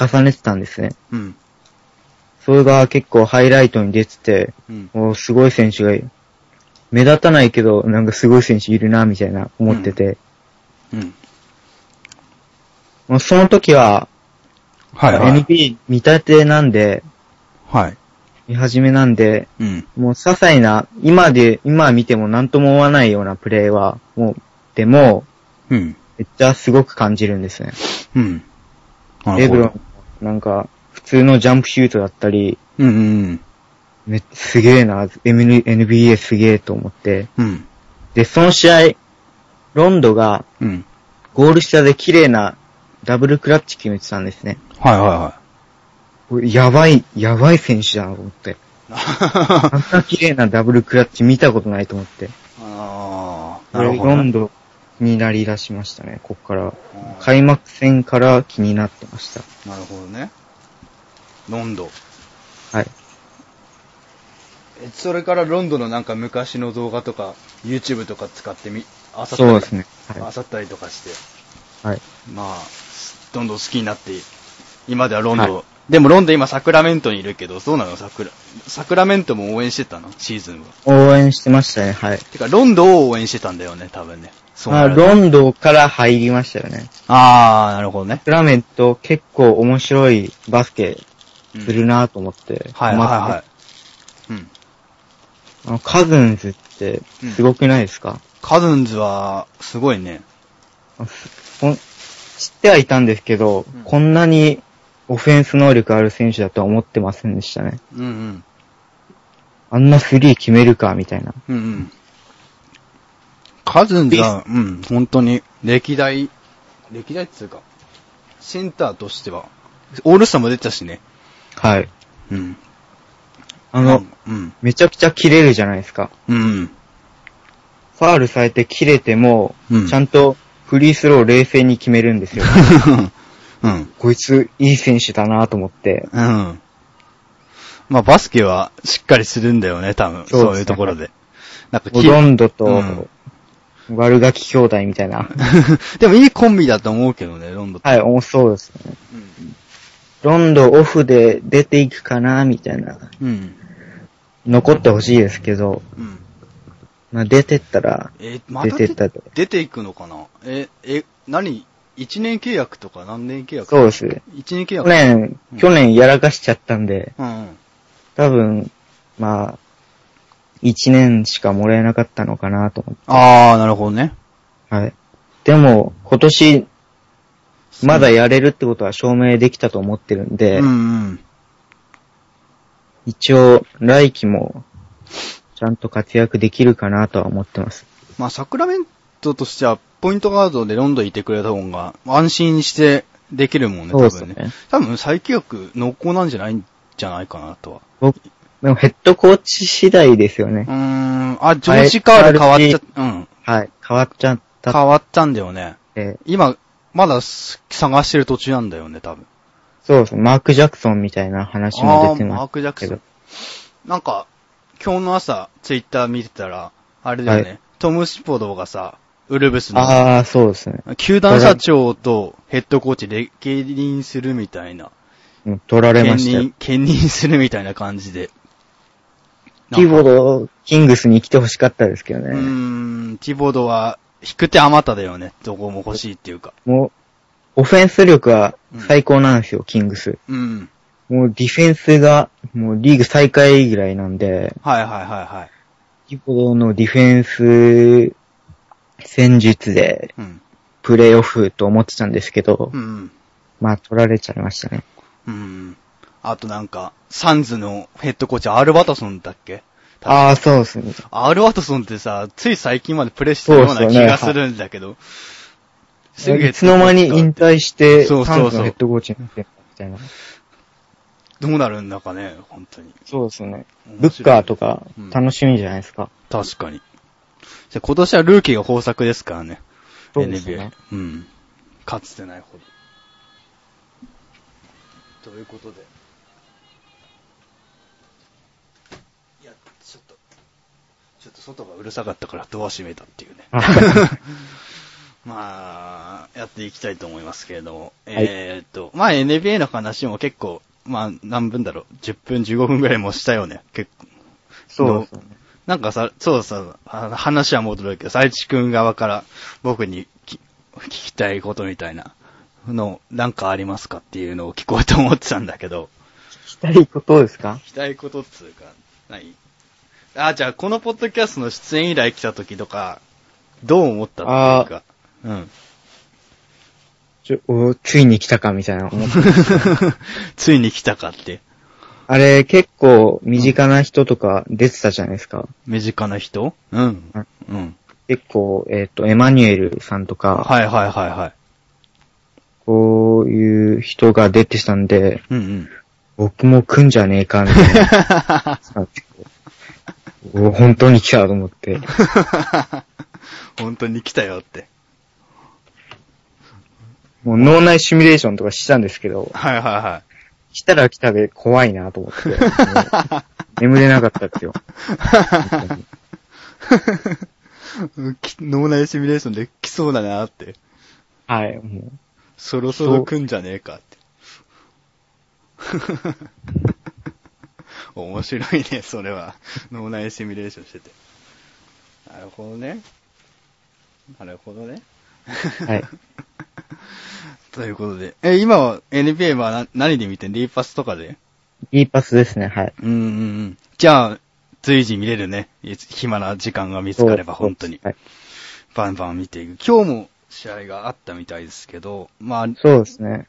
Speaker 1: 重ねてたんですね。
Speaker 2: うん。
Speaker 1: それが結構ハイライトに出てて、
Speaker 2: うん。
Speaker 1: もうすごい選手がいる。目立たないけど、なんかすごい選手いるな、みたいな思ってて。
Speaker 2: うん。
Speaker 1: もうその時は、
Speaker 2: はい。
Speaker 1: NP 見立てなんで、
Speaker 2: はい。
Speaker 1: 見始めなんで、
Speaker 2: うん。
Speaker 1: もう些細な、今で、今見ても何とも思わないようなプレーは、もう、でも、
Speaker 2: うん。
Speaker 1: めっちゃすごく感じるんですね。
Speaker 2: うん。
Speaker 1: レブロン、なんか、普通のジャンプシュートだったり、
Speaker 2: うん。うん。
Speaker 1: めすげえな、MN NBA すげえと思って。
Speaker 2: うん。
Speaker 1: で、その試合、ロンドが
Speaker 2: うん。
Speaker 1: ゴール下で綺麗なダブルクラッチ決めてたんですね。
Speaker 2: はいは
Speaker 1: これやばい、やばい選手だなと思って。
Speaker 2: いはい。
Speaker 1: あんな綺麗なダブルクラッチ見たことないと思って。
Speaker 2: ああ、
Speaker 1: こ
Speaker 2: な
Speaker 1: れ
Speaker 2: るほ
Speaker 1: ロ
Speaker 2: ど
Speaker 1: ン
Speaker 2: ね。
Speaker 1: ドになり出しましたね、ここから。開幕戦から気になってました。
Speaker 2: なるほどね。ロンド。
Speaker 1: はい。
Speaker 2: えそれからロンドンのなんか昔の動画とか、YouTube とか使ってみ、あさったり
Speaker 1: そうですね。
Speaker 2: あ
Speaker 1: は
Speaker 2: さったりとかして、
Speaker 1: い。はい。
Speaker 2: まあ、どんどん好きになって、今ではロンドン、
Speaker 1: は
Speaker 2: でもロンドン今サクラメントにいるけど、そうなのサクラ、サクラメントも応援してたのシーズンは。
Speaker 1: 応援してましたね、はい。
Speaker 2: てか、ロンドンを応援してたんだよね、多分ね。そう
Speaker 1: まあ、
Speaker 2: なると
Speaker 1: ロンドから入りましたよね。
Speaker 2: あー、なるほどね。
Speaker 1: クラメント結構面白いバスケ
Speaker 2: うん
Speaker 1: するなと思って。
Speaker 2: はいはいはい。うん。
Speaker 1: あの、カズンズってすごくないですか、
Speaker 2: カズンズは、すごいね。
Speaker 1: ほん知ってはいたんですけど、
Speaker 2: うん
Speaker 1: こんなにオフェンス能力ある選手だとは思ってませんでしたね。
Speaker 2: うんうん。
Speaker 1: あんなスリー決めるか、みたいな。
Speaker 2: うんうん。カズンズは、うん、本当に、歴代、歴代っつうか、センターとしては、オールスターも出てたしね。
Speaker 1: はい。
Speaker 2: うん。
Speaker 1: あの、
Speaker 2: うん。
Speaker 1: めちゃくちゃ切れるじゃないですか。
Speaker 2: うん。
Speaker 1: ファールされて切れても、
Speaker 2: うん
Speaker 1: ちゃんとフリースロー冷静に決めるんですよ。
Speaker 2: うん。
Speaker 1: こいつ、いい選手だなと思って。
Speaker 2: うん。まあ、バスケはしっかりするんだよね、多
Speaker 1: そう
Speaker 2: 分。
Speaker 1: ですね
Speaker 2: そういうところで。なんか
Speaker 1: もう
Speaker 2: き、
Speaker 1: ロンドと、
Speaker 2: うん
Speaker 1: 悪ガキ兄弟みたいな。
Speaker 2: でもいいコンビだと思うけどね、ロンドンって。
Speaker 1: はい、おそうですね。
Speaker 2: うん
Speaker 1: ロンドンオフで出ていくかな、みたいな。
Speaker 2: うん。
Speaker 1: 残ってほしいですけど、
Speaker 2: うん。
Speaker 1: まあ出てったら、
Speaker 2: え、また出
Speaker 1: 出
Speaker 2: て
Speaker 1: てったと
Speaker 2: 出ていくのかなえ、え、何 ?1 年契約とか何年契約
Speaker 1: そうですね。
Speaker 2: ?1 年契
Speaker 1: 去
Speaker 2: 約
Speaker 1: 年、去年やらかしちゃったんで、
Speaker 2: うんうん。
Speaker 1: 多分、まあ、1年しかもらえなかったのかなと思って。
Speaker 2: あー、なるほどね。
Speaker 1: はい。でも、今年、まだやれるってことは証明できたと思ってるんで、
Speaker 2: うんうん。
Speaker 1: 一応、来季も、ちゃんと活躍できるかなとは思ってます。
Speaker 2: まあ、サクラメントとしては、ポイントガードでロンドンいてくれた方が、安心してできるもんね、
Speaker 1: そう
Speaker 2: 多
Speaker 1: です
Speaker 2: 分ね。
Speaker 1: ね
Speaker 2: 多分再契約濃厚なんじゃないんじゃないかなとは。
Speaker 1: 僕、でもヘッドコーチ次第ですよね
Speaker 2: う。ーん、あ、ジョージカール変わっちゃ、うん、
Speaker 1: はい。変わっちゃった
Speaker 2: 変
Speaker 1: っ
Speaker 2: わったんだよね。
Speaker 1: て、
Speaker 2: 今、まだす探してる途中なんだよね、多分。
Speaker 1: そうですね。マーク・ジャクソンみたいな話
Speaker 2: あ
Speaker 1: も
Speaker 2: あ
Speaker 1: 出て
Speaker 2: ー、マ
Speaker 1: ま
Speaker 2: ー
Speaker 1: す
Speaker 2: ク・ジャク
Speaker 1: け
Speaker 2: ソ
Speaker 1: ど
Speaker 2: ン。。なんか、今日の朝、ツイッター見てたら、あれだよね、
Speaker 1: は
Speaker 2: トム・シポドがさ、ウルブスの、
Speaker 1: ああ、そうですね。
Speaker 2: 球団社長とヘッドコーチで兼任するみたいな。
Speaker 1: もう取られ
Speaker 2: 兼
Speaker 1: ましたよ
Speaker 2: 任、。兼任するみたいな感じで。
Speaker 1: キーボー
Speaker 2: ド
Speaker 1: ド、キングスに来て欲しかったですけど
Speaker 2: うー
Speaker 1: ね。
Speaker 2: ん、ティボードは、引く手あまただよね。どこも欲しいっていうか。
Speaker 1: もう、オフェンス力は最高なんですよ、キングス。
Speaker 2: うん。
Speaker 1: もうディフェンスが、もうリーグ最下位ぐらいなんで、
Speaker 2: はいはいはいはい。
Speaker 1: キーボードのディフェンス戦術で
Speaker 2: うん。
Speaker 1: プレイオフと思ってたんですけど、
Speaker 2: うん。
Speaker 1: まあ取られちゃいましたね。
Speaker 2: うん。あとなんか、サンズのヘッドコーチ、アール・バトソンだっけ
Speaker 1: ああ、そうですね。
Speaker 2: アール・ワトソンってさ、つい最近までプレイしてたよう
Speaker 1: そう
Speaker 2: な
Speaker 1: っす
Speaker 2: 気
Speaker 1: よね
Speaker 2: がするんだけど。すげえ
Speaker 1: いつの間に引退して、
Speaker 2: そうそうそ
Speaker 1: サン
Speaker 2: う
Speaker 1: ズのヘッドコーチになってたみたいな。
Speaker 2: どうなるんだかね、本当に。
Speaker 1: そうですね。ブ
Speaker 2: 面
Speaker 1: ッ
Speaker 2: 白い
Speaker 1: カーとか
Speaker 2: うん
Speaker 1: 楽しみじゃないですか。
Speaker 2: 確かに。じゃあ今年はルーキーが豊作ですからね。
Speaker 1: そうですね
Speaker 2: NBA。うん。かつてないほど。ということで。いや、ちょっと、ちょっと外がうるさかったからドア閉めたって いうね。まあ、やっていきたいと思いますけれども。えーっと、まあ NBA の話も結構、まあ何分だろう。10分15分ぐらいもしたよね。結構。
Speaker 1: そうですね。
Speaker 2: なんかさ、そうさ、あの話は戻るけど、佐伯くん側から僕にき聞きたいことみたいなの、なんかありますかっていうのを聞こうと思ってたんだけど、
Speaker 1: したいことですか
Speaker 2: 聞きたいことっつうか、ないあ、じゃあこのポッドキャストの出演依頼来た時とか、どう思ったっていうか、うん。
Speaker 1: ちょおついに来たかみたいな思って。
Speaker 2: ついに来たかって、
Speaker 1: あれ、結構身近な人とか出てたじゃないですか。
Speaker 2: 身近な人うん。うん。
Speaker 1: 結構、えっ、と、エマニュエルさんとか、
Speaker 2: はいはいはいはい。
Speaker 1: こういう人が出てたんで、
Speaker 2: うんうん。
Speaker 1: 僕も来んじゃねえか、みたいな。 お本当に来たと思って。
Speaker 2: 本当に来たよって。
Speaker 1: もう脳内シミュレーションとかしたんですけど、
Speaker 2: はいはいはい。
Speaker 1: 来たら来たで怖いなと思って。も う眠れなかったっすよ。
Speaker 2: き脳内シミュレーションで来そうだなって。
Speaker 1: はい、もう。
Speaker 2: そろそろ来んじゃねえかって。面白いね、それは。脳内シミュレーションしてて。なるほどね。なるほどね。
Speaker 1: はい。
Speaker 2: ということで。え、今は NBA はな何で見てんリーパスとかで
Speaker 1: いいパスですね、はい。
Speaker 2: うんうんうん。じゃあ、随時見れるね。いつ暇な時間が見つかれば本当に。
Speaker 1: はい。
Speaker 2: バンバン見ていく。今日も試合があったみたいですけど、まあ、
Speaker 1: そうですね。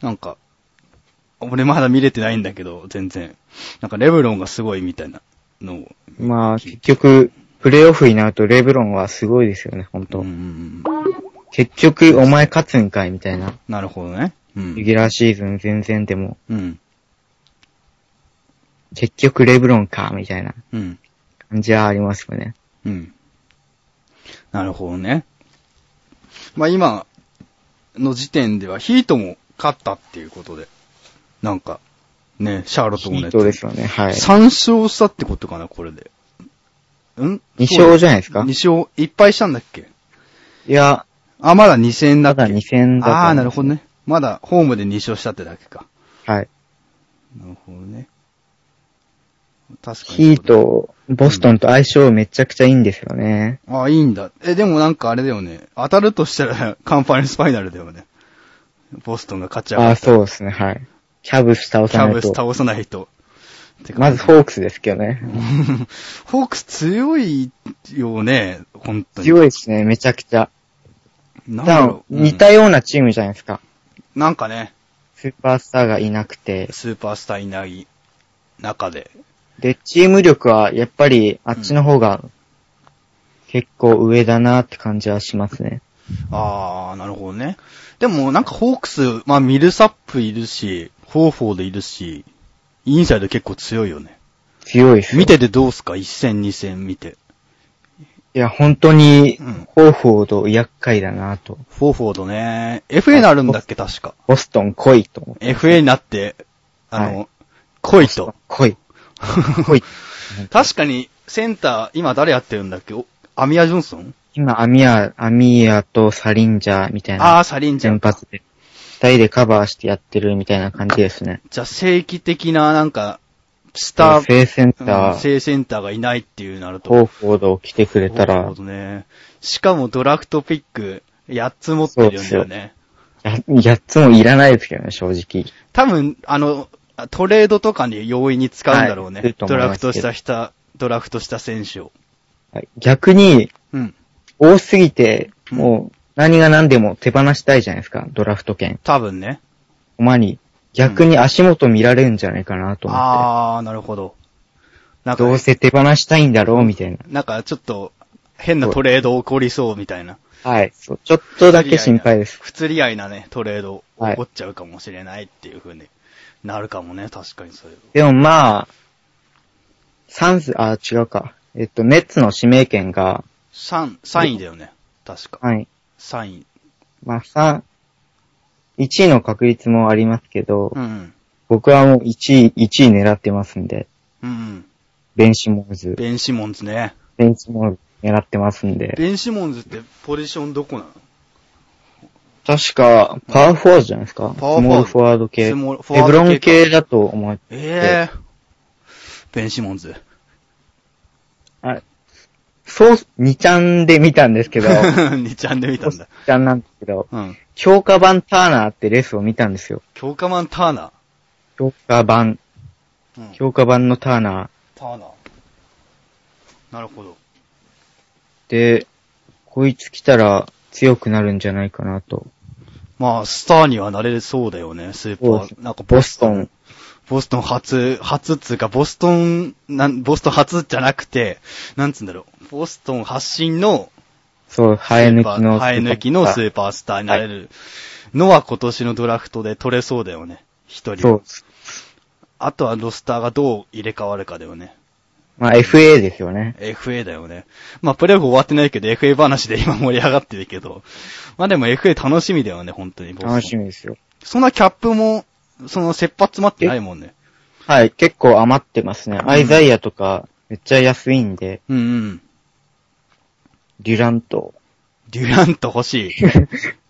Speaker 2: なんか、俺まだ見れてないんだけど、全然。なんかレブロンがすごいみたいなのを。
Speaker 1: まあ、結局、プレイオフになるとレブロンはすごいですよね、本
Speaker 2: う
Speaker 1: 当、
Speaker 2: んうんうん。
Speaker 1: 結局、お前勝つんかいみたいな。
Speaker 2: なるほどね。う
Speaker 1: レ
Speaker 2: ん。
Speaker 1: ギュラーシーズン全然でも、
Speaker 2: うん。
Speaker 1: 結局レブロンか、みたいな
Speaker 2: うん。
Speaker 1: 感じはありますよね。
Speaker 2: うん。なるほどね。まあ今の時点ではヒートも勝ったっていうことで。なんか、ね、シャーロットも
Speaker 1: ヒ
Speaker 2: ね。
Speaker 1: ートですよね、はい。
Speaker 2: 3勝したってことかな、これで。うん
Speaker 1: 2勝じゃないですか
Speaker 2: ?2 勝、いっぱいしたんだっけ
Speaker 1: いや、
Speaker 2: あ、まだ2戦だ
Speaker 1: ま
Speaker 2: っけ
Speaker 1: だ2戦だと思います
Speaker 2: ああ、なるほどね。まだホームで2勝したってだけか。
Speaker 1: はい。
Speaker 2: なるほどね。確かに。
Speaker 1: ヒー。ト、ボストンと相性めちゃくちゃいいんですよね。
Speaker 2: ああ、いいんだ。え、でもなんかあれだよね。当たるとしたら カンファレンスファイナルだよね。ボストンが勝ち
Speaker 1: あ
Speaker 2: 上が
Speaker 1: あ、
Speaker 2: った。
Speaker 1: そうですね、はい。キャブス倒
Speaker 2: キ
Speaker 1: さ
Speaker 2: ャ
Speaker 1: な
Speaker 2: ブ
Speaker 1: い
Speaker 2: ス
Speaker 1: と。
Speaker 2: 倒さないと。てか
Speaker 1: まずホークスですけどね。
Speaker 2: ホークス強いよね、本当に。い。
Speaker 1: 強いですね、めちゃくちゃ。
Speaker 2: なんだ
Speaker 1: 多
Speaker 2: ろ
Speaker 1: 分、
Speaker 2: う
Speaker 1: 似たようなチームじゃないですか。
Speaker 2: うんなんかね、
Speaker 1: スーパースターがいなくて。
Speaker 2: スーパースターいない中で。
Speaker 1: で、チーム力はやっぱりあっちの方が結構上だなって感じはしますね。
Speaker 2: あー、なるほどね。でもなんかホークス、まあミルサップいるし、フォーフォーでいるし、インサイド結構強いよね。
Speaker 1: 強いですよ。
Speaker 2: 見ててどうすか ?1 戦2戦見て。
Speaker 1: いや、本当に
Speaker 2: うん、
Speaker 1: ホーフォード厄介だなと。
Speaker 2: フォーフォードね、FA になるんだっけ確か。
Speaker 1: ボストン来いと思って。
Speaker 2: FA になって、あ
Speaker 1: は
Speaker 2: の、来いと。
Speaker 1: 来い。来い。
Speaker 2: 確かに、センター、今誰やってるんだっけおアミア・ジョンソン
Speaker 1: 今、アミア、アミアとサリンジャーみたい
Speaker 2: あ
Speaker 1: な
Speaker 2: あ、サリンジャ
Speaker 1: 先
Speaker 2: ン。
Speaker 1: 発で、二人でカバーしてやってるみたいな感じですね。
Speaker 2: じゃあ、正規的な、なんか、スター、
Speaker 1: 正センタ
Speaker 2: う
Speaker 1: ー
Speaker 2: ん、正センターがいないっていうなると。
Speaker 1: ホーフォード来てくれた
Speaker 2: なる
Speaker 1: ら
Speaker 2: ほ、どね。しかもドラフトピック、8つ持ってるんだ
Speaker 1: そう
Speaker 2: よ
Speaker 1: で
Speaker 2: ね。
Speaker 1: や、やっつもいらないですけどね、正直。
Speaker 2: 多分、あの、トレードとかに容易に使うんだろうね。
Speaker 1: はいいると思
Speaker 2: ド
Speaker 1: い
Speaker 2: ラ
Speaker 1: ま
Speaker 2: フ
Speaker 1: すけど
Speaker 2: トした人、ドラフトした選手を。
Speaker 1: はい逆に、
Speaker 2: うん。
Speaker 1: 多すぎて、
Speaker 2: うん
Speaker 1: もう、何が何でも手放したいじゃないですか、ドラフト権。
Speaker 2: 多分ね。
Speaker 1: おまに、逆に足元見られるんじゃないかなと思って。
Speaker 2: あー、なるほど。なんか
Speaker 1: どう、せ手放したいんだろう、みたいな。
Speaker 2: なんかちょっと、変なトレード起こりそうみたいな。
Speaker 1: はい。そう、ちょっとだけ心配です。
Speaker 2: 不釣り合いなね、トレード起こっちゃうかもしれないっていう風になるかもね、確かにそういう。
Speaker 1: でもまあ、サンス、あ、違うか。えっと、ネッツの指名権が、
Speaker 2: 3、3位だよね。確か。
Speaker 1: はい。
Speaker 2: 3位。
Speaker 1: まあ、さ、1位の確率もありますけど、
Speaker 2: うん。
Speaker 1: 僕はもう1位、1位狙ってますんで、
Speaker 2: うん。
Speaker 1: ベンシモンズ、
Speaker 2: ベン・シモンズね。
Speaker 1: ベンシモンズ狙ってますんで、
Speaker 2: ベン・シモンズってポジションどこなの
Speaker 1: 確か、パワーフォワードじゃないですか
Speaker 2: パワ
Speaker 1: ス
Speaker 2: ーフ
Speaker 1: モ
Speaker 2: ォ
Speaker 1: ー
Speaker 2: ワ
Speaker 1: ル
Speaker 2: ード
Speaker 1: フォワード系。
Speaker 2: ス
Speaker 1: エ
Speaker 2: モールフォワード
Speaker 1: ブ
Speaker 2: 系か
Speaker 1: ロン系だと思って、
Speaker 2: ええベン・シモンズ。
Speaker 1: はい。そう、2ちゃんで見たんです けど、2
Speaker 2: 2ちゃんで見たんだ。
Speaker 1: ちゃんなんですけど、
Speaker 2: うん。
Speaker 1: 強化版ターナーってレースを見たんですよ。
Speaker 2: 強化マン・ターナ
Speaker 1: 強化版、
Speaker 2: ー。うん。
Speaker 1: 強化版のターナ
Speaker 2: ターナー。なるほど。
Speaker 1: ーで、こいつ来たら強くなるんじゃないかなと。
Speaker 2: まあ、スターにはなれそうだよね、スーパ
Speaker 1: そう
Speaker 2: ー。なんか
Speaker 1: ボストン。
Speaker 2: ボストン初、初っつうか、ボストン、なん、ボストン初じゃなくて、なんつうんだろう、ボストン発信の、
Speaker 1: そう、生え抜きの。
Speaker 2: 生え抜きのスーパースターになれるのは今年のドラフトで取れそうだよね、一人。
Speaker 1: そう。
Speaker 2: あとはロスターがどう入れ替わるかだよね。
Speaker 1: まあ、FA ですよね。
Speaker 2: FA だよね。まあ、プレイオフ終わってないけど、FA 話で今盛り上がってるけど、まあでも FA 楽しみだよね、本当に。ボストン
Speaker 1: 楽しみですよ。
Speaker 2: そんなキャップも、その切羽詰まってないもんね。
Speaker 1: はい、結構余ってますね。アイザイアとか、めっちゃ安いんで、
Speaker 2: うんうん。
Speaker 1: デュラント。
Speaker 2: デュラント欲しい。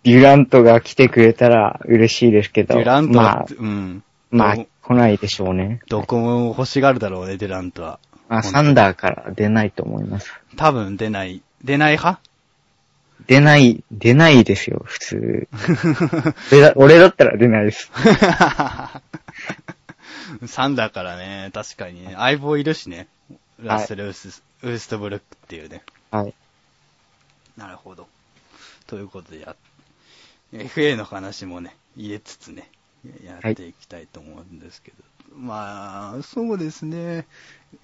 Speaker 1: デュラントが来てくれたら嬉しいですけ
Speaker 2: デ
Speaker 1: ど。
Speaker 2: ュラント、
Speaker 1: まあ、
Speaker 2: うん。
Speaker 1: まあ
Speaker 2: ど、
Speaker 1: 来ないでしょうね。
Speaker 2: どこも欲しがるだろうね、デュラントは。
Speaker 1: まあ、サンダーから出ないと思います。
Speaker 2: 多分出ない、出ない派
Speaker 1: 出ない、出ないですよ、普通。俺だ俺だったら出ないです。
Speaker 2: サンダーからね、確かにね、相棒いるしね。ラッセル・ウース、ウーストブルックっていうね。
Speaker 1: はい。
Speaker 2: なるほど。ということでや、FA の話もね、入れつつね、や
Speaker 1: はい
Speaker 2: っていきたいと思うんですけど。まあ、そうですね。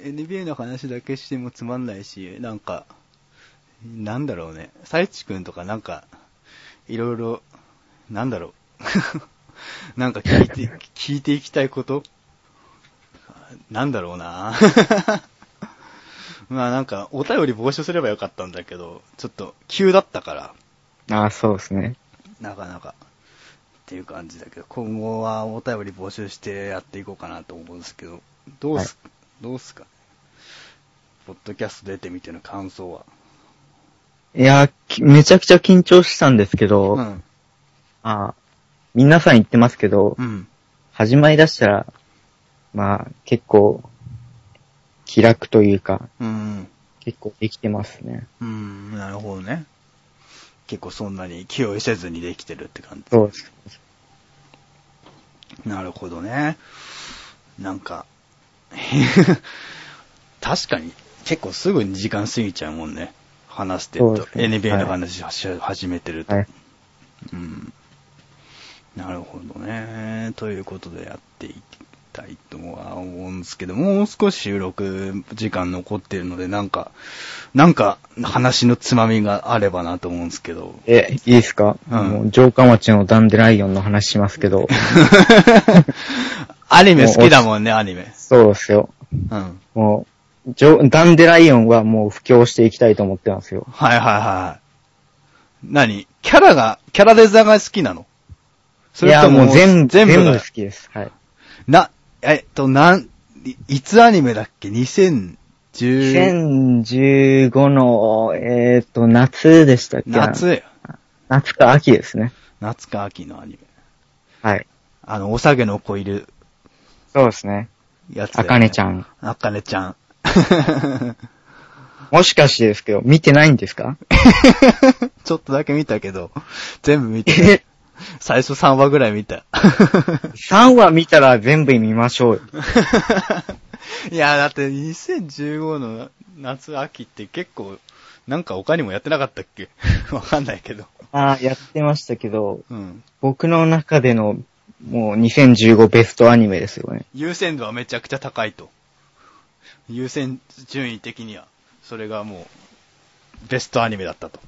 Speaker 2: NBA の話だけしてもつまんないし、なんか、なんだろうね。サイチ君とかなんか、いろいろ、なんだろう。なんか聞 いて、聞いていきたいことなんだろうな まあなんか、お便り募集すればよかったんだけど、ちょっと急だったから、
Speaker 1: ああ、そうですね。
Speaker 2: なかなか。っていう感じだけど、今後はお便り募集してやっていこうかなと思うんですけど、どうす、どうすかポッドキャスト出てみての感想は。
Speaker 1: いやーきめちゃくちゃ緊張したんですけど、
Speaker 2: うん。
Speaker 1: まあ、皆さん言ってますけど、
Speaker 2: うん。
Speaker 1: 始まりだしたら、まあ、結構、気楽というか、
Speaker 2: うん。
Speaker 1: 結構できてますね。
Speaker 2: うん、なるほどね。結構そんなに気負いせずにできてるって感じ。
Speaker 1: そうです。
Speaker 2: なるほどね。なんか、 確かに結構すぐに時間過ぎちゃうもんね。話してる
Speaker 1: そ
Speaker 2: と
Speaker 1: う。ですね
Speaker 2: NBA の話をし始めてると。
Speaker 1: はい。
Speaker 2: うん。なるほどね。ということでやっていきたいとは思うんですけど、もう少し収録時間残ってるので、なんか、なんか話のつまみがあればなと思うんですけ ど。
Speaker 1: え、いいですか、
Speaker 2: うん
Speaker 1: もう城下町のダンデライオンの話しますけ ど、
Speaker 2: アニメ好きだもんね、アニメ。
Speaker 1: そうですよ。
Speaker 2: うん。
Speaker 1: もう、ジョダンデライオンはもう布教していきたいと思ってますよ。
Speaker 2: はいはいはい。何キャラが、キャラデザが好きなの
Speaker 1: いや、もう全部、全
Speaker 2: 全部
Speaker 1: 部
Speaker 2: が
Speaker 1: 好きです。はい。
Speaker 2: な、えっと、なん、いいつアニメだっけ ?2010、
Speaker 1: 2015の、えっ、と、夏でしたっけ
Speaker 2: 夏や
Speaker 1: 夏か秋ですね。
Speaker 2: 夏か秋のアニメ。
Speaker 1: はい。
Speaker 2: あの、おさげの子いる
Speaker 1: そうですね。
Speaker 2: やつ、
Speaker 1: あかねち
Speaker 2: ん。
Speaker 1: ゃん。
Speaker 2: あかねちゃん。
Speaker 1: もしかしてですけど、見てないんですか
Speaker 2: ちょっとだけ見たけど、全部見てない、
Speaker 1: え
Speaker 2: 最初3話ぐらい見た。
Speaker 1: ?3 話見たら全部見ましょうよ。
Speaker 2: いや、だって2015の夏、秋って結構、なんか他にもやってなかったっけ わかんないけど。
Speaker 1: あーやってましたけど、
Speaker 2: うん。
Speaker 1: 僕の中での、もう2015ベストアニメですよね。
Speaker 2: 優先度はめちゃくちゃ高いと。優先順位的には、それがもう、ベストアニメだったと。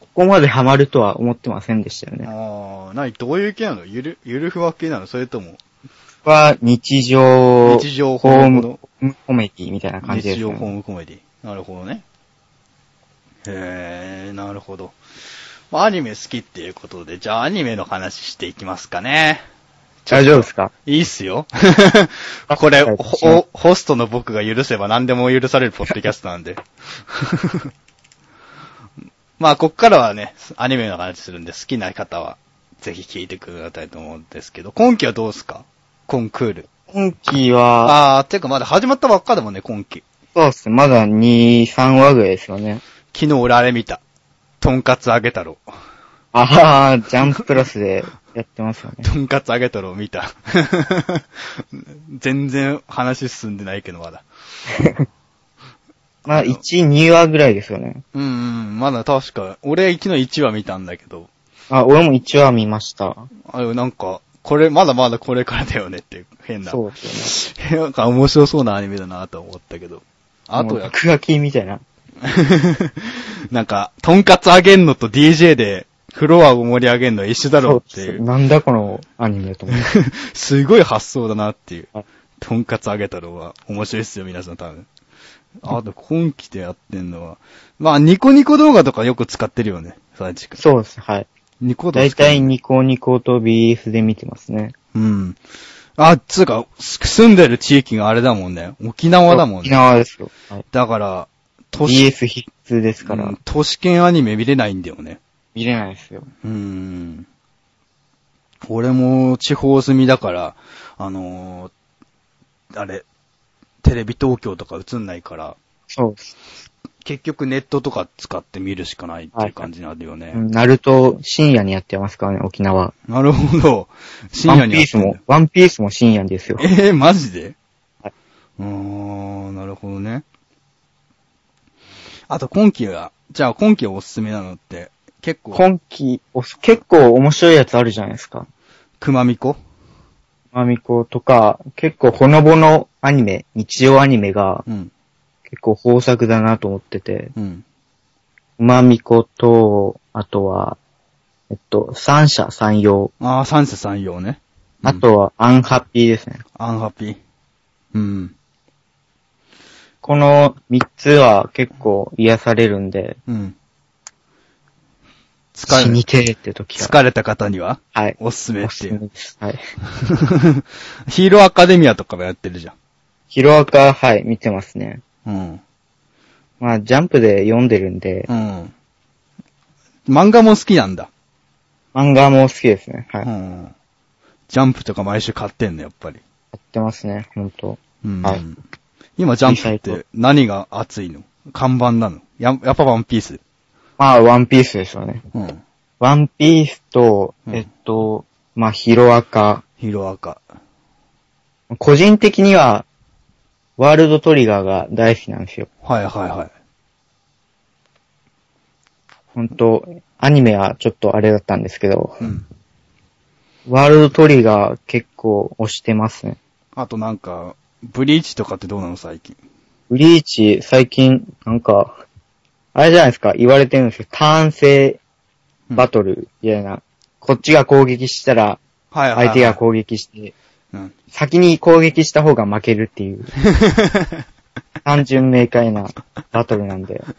Speaker 1: ここまでハマるとは思ってませんでしたよね。
Speaker 2: ああ、なに、どういう系なのゆる、ゆるふわ系なのそれとも、
Speaker 1: は日常、
Speaker 2: 日常
Speaker 1: ホ
Speaker 2: ホー
Speaker 1: ー
Speaker 2: ム
Speaker 1: ムコメディみたいな感じです
Speaker 2: 日
Speaker 1: よ
Speaker 2: 常ホー
Speaker 1: ね。
Speaker 2: ムコメディ。なるほどね。へえ、なるほど。まあアニメ好きっていうことで、じゃあアニメの話していきますかね。
Speaker 1: 大丈夫ですか
Speaker 2: いいっすよ。 これ、
Speaker 1: はい
Speaker 2: ほホストの僕が許せば何でも許されるポッドキャストなんで。 まあ、こっからはね、アニメの話するんで、好きな方は、ぜひ聞いてくださいと思うんですけど、今期はどうっすかコンクール。
Speaker 1: 今期は、
Speaker 2: あー、てかまだ始まったばっかだもんね、今期。
Speaker 1: そうですね。まだ2、3話ぐらいですよね。
Speaker 2: 昨日俺あれ見た。とんかつあげ太郎。
Speaker 1: あはー、ジャンププラスでやってますよね。
Speaker 2: とんかつあげ太郎見た。 全然話進んでないけどまだ。
Speaker 1: まあ、1、2話ぐらいですよね。
Speaker 2: うんうん、まだ確か、俺昨日1話見たんだけど、
Speaker 1: あ、俺も1話見ました。
Speaker 2: あれなんか、これ、まだまだこれからだよねっていう、変な。
Speaker 1: そうです
Speaker 2: なんか面白そうなアニメだなと思ったけど。
Speaker 1: よね。
Speaker 2: あと
Speaker 1: もう
Speaker 2: や、
Speaker 1: 落書きみたいな。
Speaker 2: なんか、とんかつあげんのと DJ でフロアを盛り上げんのは一緒だろうって
Speaker 1: そう
Speaker 2: い
Speaker 1: そう
Speaker 2: う。
Speaker 1: なんだこのアニメと思って。
Speaker 2: すごい発想だなっていう
Speaker 1: はい。
Speaker 2: とんかつあげ太郎は面白いっすよ、皆さん多分。あと、今期でやってんのは。まあ、ニコニコ動画とかよく使ってるよね、サイチ君。
Speaker 1: そうです、はい。
Speaker 2: ニコ動
Speaker 1: だ
Speaker 2: 画
Speaker 1: い
Speaker 2: 使う
Speaker 1: たいニコニコと BS で見てますね。
Speaker 2: うん。あ、つうか、す住んでる地域があれだもんね。沖縄だもん
Speaker 1: 沖
Speaker 2: ね。
Speaker 1: 縄ですよ。はい、
Speaker 2: だから、都市、
Speaker 1: BS 必須ですから、
Speaker 2: うん都市圏アニメ見れないんだよね。
Speaker 1: 見れないですよ。
Speaker 2: うん。俺も地方住みだから、あのーあれ、テレビ東京とか映んないから、
Speaker 1: そうです。
Speaker 2: 結局ネットとか使って見るしかないっていう感じなんだよね。
Speaker 1: うんナルト深夜にやってますからね、沖縄。
Speaker 2: なるほど。深夜に
Speaker 1: ワンピー
Speaker 2: やっ
Speaker 1: ス
Speaker 2: てんだ
Speaker 1: も、ワンピースも深夜ですよ。
Speaker 2: ええマジで
Speaker 1: はいう
Speaker 2: ーん、なるほどね。あと今期は、じゃあ今期おすすめなのって、結構、
Speaker 1: 今期、お結構面白いやつあるじゃないですか。
Speaker 2: 熊みこ
Speaker 1: マミコとか、結構ほのぼのアニメ、日曜アニメが
Speaker 2: うん、
Speaker 1: 結構豊作だなと思ってて、
Speaker 2: うん。
Speaker 1: マミコと、あとは、えっと、三者三様。
Speaker 2: ああ、三者三様ね。うん
Speaker 1: あとは、アンハッピーですね。
Speaker 2: アンハピー。うん、
Speaker 1: この三つは結構癒されるんで、
Speaker 2: うん。疲
Speaker 1: 死
Speaker 2: れ
Speaker 1: に、てーって時は。
Speaker 2: 疲れた方には、
Speaker 1: はい。
Speaker 2: おすすめ
Speaker 1: お
Speaker 2: っ
Speaker 1: す
Speaker 2: て
Speaker 1: すめ
Speaker 2: いう。
Speaker 1: です。はい。
Speaker 2: ヒーローアカデミアとかもやってるじゃん。
Speaker 1: ヒロアカ、はい、見てますね。
Speaker 2: うん。
Speaker 1: まあ、ジャンプで読んでるんで
Speaker 2: う、ん。漫画も好きなんだ。
Speaker 1: 漫画も好きですね。はい。
Speaker 2: う
Speaker 1: や
Speaker 2: ん。ジャンプとか毎週買ってんの、やっぱり。
Speaker 1: ってますね、ほんと。
Speaker 2: うん。
Speaker 1: はい
Speaker 2: 今、ジャンプっ
Speaker 1: リサイ
Speaker 2: て何が熱いの看板なのや、やっぱワンピース。
Speaker 1: まあ、ワンピースですよね。
Speaker 2: うん。
Speaker 1: ワンピースと、
Speaker 2: うん
Speaker 1: えっと、まあ、ヒロアカ。
Speaker 2: ヒロアカ。
Speaker 1: 個人的には、ワールドトリガーが大好きなんですよ。
Speaker 2: はいはいはい。
Speaker 1: ほんと、アニメはちょっとあれだったんですけど、
Speaker 2: うん。
Speaker 1: ワールドトリガー結構押してますね。
Speaker 2: あとなんか、ブリーチとかってどうなの最近。
Speaker 1: ブリーチ、最近、なんか、あれじゃないですか、言われてるんですよ。ターン制バトル、みたいな。こっちが攻撃したら、
Speaker 2: はいはい、はい。
Speaker 1: 相手が攻撃して、
Speaker 2: う。うん。
Speaker 1: 先に攻撃した方が負けるっていう、単純明快なバトルなんで。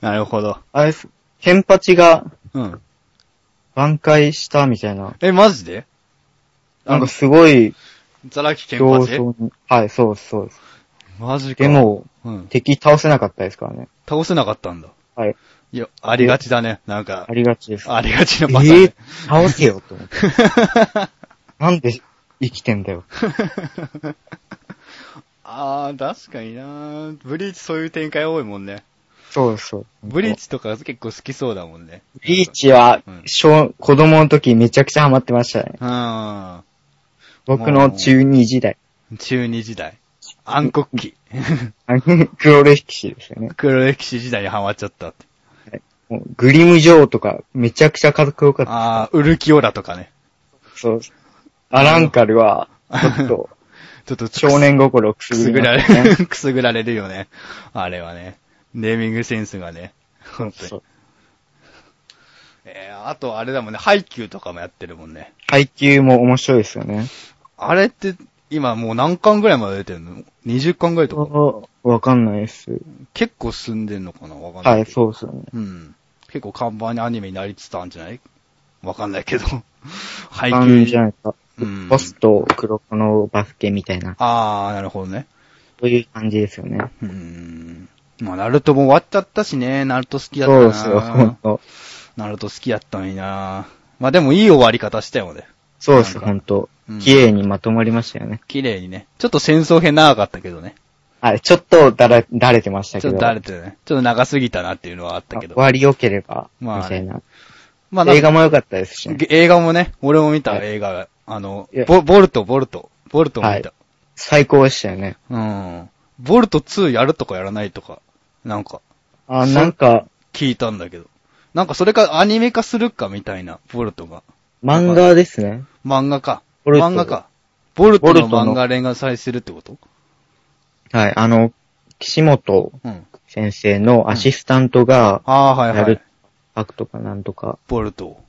Speaker 2: なるほど。
Speaker 1: あれです、ケンパチが
Speaker 2: うん。
Speaker 1: 挽回したみたいな、
Speaker 2: え、マジで
Speaker 1: な
Speaker 2: あ
Speaker 1: ん
Speaker 2: の
Speaker 1: か、すごい
Speaker 2: ザラキケン
Speaker 1: 競
Speaker 2: パチ
Speaker 1: 争に、はい、そうですそうです。
Speaker 2: マジか。
Speaker 1: で、も、
Speaker 2: うん。
Speaker 1: 敵倒せなかったですからね。
Speaker 2: 倒せなかったんだ。
Speaker 1: はい、
Speaker 2: いや、ありがちだね。なんか
Speaker 1: あ、りがちです。
Speaker 2: ありがち
Speaker 1: え
Speaker 2: なパターン
Speaker 1: ー。倒せよ、と思って。 なんで生きてんだよ。
Speaker 2: あー、確かになブリーチそういう展開多いもんね。
Speaker 1: そうですそう。
Speaker 2: ブリーチとか結構好きそうだもんね。
Speaker 1: ブリーチは
Speaker 2: うん、
Speaker 1: 小、子供の時めちゃくちゃハマってましたね。
Speaker 2: うーん。
Speaker 1: 僕の中2時代。
Speaker 2: 中二時代。暗黒期。
Speaker 1: あの黒歴史ですよね。
Speaker 2: 黒歴史時代にハマっちゃったって。
Speaker 1: もうグリムジョーとか、めちゃくちゃかっこよかった。
Speaker 2: あー、ウルキオラとかね。
Speaker 1: そうです。アランカルは、ちょっと、
Speaker 2: ちょっと
Speaker 1: 少年心をく
Speaker 2: く
Speaker 1: すぐ
Speaker 2: すぐ
Speaker 1: ら
Speaker 2: ら
Speaker 1: れ
Speaker 2: れ
Speaker 1: る。
Speaker 2: る、くすぐられるよね。あれはね。ネーミングセンスがね。本当
Speaker 1: そう
Speaker 2: に。えー、あとあれだもんね、ハイキューとかもやってるもんね。
Speaker 1: 配給も面白いですよね。
Speaker 2: あれって、今もう何巻ぐらいまで出てるの ?20 巻ぐらいとか。
Speaker 1: わかんないです。
Speaker 2: 結構進んでんのかなわかんな。
Speaker 1: はいい、そうですよね。
Speaker 2: うん。結構看板にアニメになりつつあるんじゃないわかんない けど。配
Speaker 1: 感
Speaker 2: 給
Speaker 1: じじゃないですか。
Speaker 2: うん
Speaker 1: ボスと黒子のバスケみたいな、
Speaker 2: あー、なるほどね。
Speaker 1: そういう感じですよね。
Speaker 2: うん。まあ、ナルトも終わっちゃったしね。ナルト好きだった
Speaker 1: そう
Speaker 2: な
Speaker 1: ですよ、ほんと。
Speaker 2: ナルト好きやったのになまあでもいい終わり方したよね。
Speaker 1: そうですよ、
Speaker 2: なんか
Speaker 1: ほんと
Speaker 2: うん。
Speaker 1: 綺麗にまとまりましたよね。
Speaker 2: 綺麗にね。ちょっと戦争編長かったけどね。
Speaker 1: はい、ちょっとだら、だれてまし
Speaker 2: ち
Speaker 1: た
Speaker 2: ょっ
Speaker 1: け
Speaker 2: と
Speaker 1: ど。
Speaker 2: だれてね。ちょっと長すぎたなっていうのはあったけど。
Speaker 1: 割り良ければ、み
Speaker 2: まあね
Speaker 1: たいな。
Speaker 2: まあなんか
Speaker 1: 映画も良かったですしね。
Speaker 2: げ映画もね、俺も見た
Speaker 1: はい
Speaker 2: 映画、あの
Speaker 1: いや、
Speaker 2: ボボルト、ボルト、ボルトも
Speaker 1: は
Speaker 2: 見
Speaker 1: い
Speaker 2: た。
Speaker 1: 最高でしたよね。
Speaker 2: うん。ボルト2やるとかやらないとか、なんか、
Speaker 1: あ、
Speaker 2: そう
Speaker 1: なんか、
Speaker 2: 聞いたんだけど。なんかそれかアニメ化するかみたいな、ボルトが。
Speaker 1: 漫画ですね。
Speaker 2: 漫画か。
Speaker 1: ボルト
Speaker 2: 漫画か。ボルト
Speaker 1: ボル
Speaker 2: の
Speaker 1: トの
Speaker 2: 漫画連が再生するってこと
Speaker 1: はい、あの、岸本
Speaker 2: うん。
Speaker 1: 先生のアシスタントが、
Speaker 2: ああー、はい
Speaker 1: や
Speaker 2: は
Speaker 1: る
Speaker 2: い。、
Speaker 1: アクトかなんとか。
Speaker 2: ボルトを。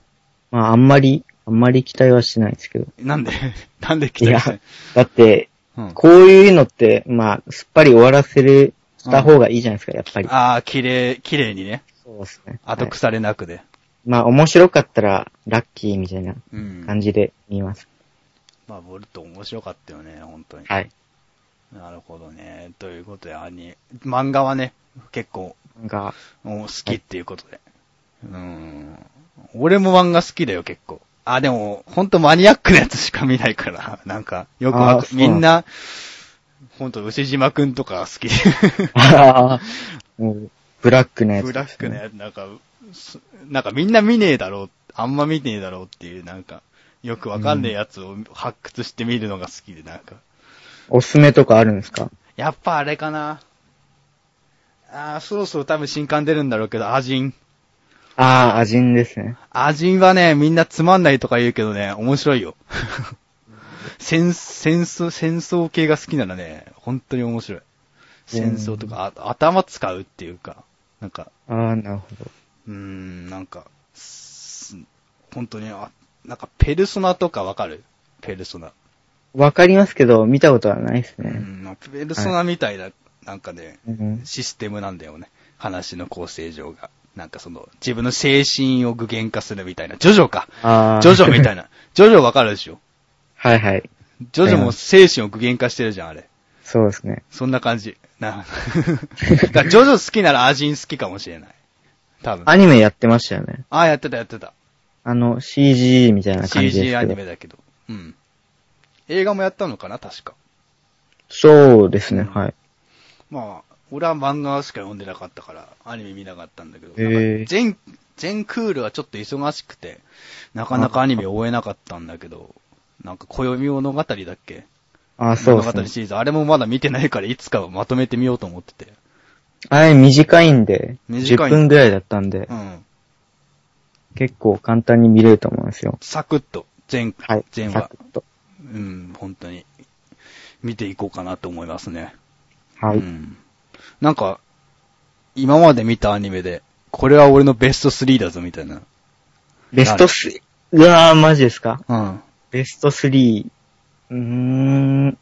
Speaker 1: まあ、あんまり、あんまり期待はしてないですけど。
Speaker 2: なんで、 なんで期
Speaker 1: い
Speaker 2: 待
Speaker 1: や
Speaker 2: したい、
Speaker 1: だって、
Speaker 2: うん、
Speaker 1: こういうのって、まあ、すっぱり終わらせる、した方がいいじゃないですか、やっぱり。
Speaker 2: ああ、綺麗、綺麗にね。
Speaker 1: そうですね。
Speaker 2: 後
Speaker 1: はい
Speaker 2: 腐れなくで。
Speaker 1: まあ、面白かったら、ラッキーみたいな
Speaker 2: うん。
Speaker 1: 感じで見ます。
Speaker 2: まあ、ボルト面白かったよね、本当に。
Speaker 1: はい。
Speaker 2: なるほどね。ということで、アニ、漫画はね、結構、
Speaker 1: なん か、
Speaker 2: お好きっていうことで。うーん。俺も漫画好きだよ、結構。あ、でも、ほんとマニアックなやつしか見ないから、なんか、よくわ
Speaker 1: あー
Speaker 2: か
Speaker 1: そう
Speaker 2: み
Speaker 1: なん
Speaker 2: んな、ほんと、牛島くんとか好 きで。
Speaker 1: あーもう、ブラックなやつ、
Speaker 2: ブラックな
Speaker 1: つ。
Speaker 2: やつ、なんか、すなんかみんな見ねえだろう、あんま見ねえだろうっていう、なんか、よくわかんねえやつを発掘して見るのが好きで、なんか。
Speaker 1: おすすめとかあるんですか
Speaker 2: やっぱあれかな。あーそろそろ多分新刊出るんだろうけど、アジン。
Speaker 1: ああ、アジンですね。
Speaker 2: アジンはね、みんなつまんないとか言うけどね、面 白いよ。戦、戦争、戦争系が好きならね、本当に面白い。戦争とか、あ頭使うっていうか、なんか、
Speaker 1: ああ、なるほど。
Speaker 2: うーん、なんか、す本当に、あ、なんか、ペルソナとかわかるペルソナ。
Speaker 1: わかりますけど、見たことはないです
Speaker 2: う
Speaker 1: ね。
Speaker 2: ん、まあペルソナみたいな、なんかね、
Speaker 1: うん。
Speaker 2: システムなんだよね。話の構成上が。なんかその、自分の精神を具現化するみたいな。ジョジョか。
Speaker 1: ああ。
Speaker 2: ジョジョみた
Speaker 1: い。
Speaker 2: いな。ジョジョわかるでしょ
Speaker 1: はいはい。
Speaker 2: ジョジョも精神を具現化してるじゃん、あれ。
Speaker 1: そうですね。
Speaker 2: そんな感じ。 な。だからジョジョ好きならアジン好きかもしれない。多分。
Speaker 1: アニメやってましたよね。
Speaker 2: あ、やってたやってた。
Speaker 1: あの、CG みたいな感じですけ
Speaker 2: CG
Speaker 1: ど。
Speaker 2: アニメだけど。うん。映画もやったのかな確か。
Speaker 1: そうですね、はい。
Speaker 2: まあ、俺は漫画しか読んでなかったから、アニメ見なかったんだけど、
Speaker 1: へー
Speaker 2: なんか全、全クールはちょっと忙しくて、なかなかアニメ終えなかったんだけど、なんか暦物語だっけ
Speaker 1: あ、そう
Speaker 2: 物語
Speaker 1: で
Speaker 2: シ
Speaker 1: すね。
Speaker 2: リーズ。あれもまだ見てないから、いつかまとめてみようと思ってて。
Speaker 1: あれ短いんで、
Speaker 2: 短い
Speaker 1: 10分ぐらいだったんで
Speaker 2: う、ん。
Speaker 1: 結構簡単に見れると思うんですよ。
Speaker 2: サクッと、全、
Speaker 1: はい。
Speaker 2: 全
Speaker 1: サ
Speaker 2: 話
Speaker 1: ク。ッと。
Speaker 2: うん、本当に。見ていこうかなと思いますね。
Speaker 1: はい。
Speaker 2: うん。なんか、今まで見たアニメで、これは俺のベスト3だぞ、みたいな。
Speaker 1: ベスト3、うわー、マジですか
Speaker 2: うん。
Speaker 1: ベスト3、うーん、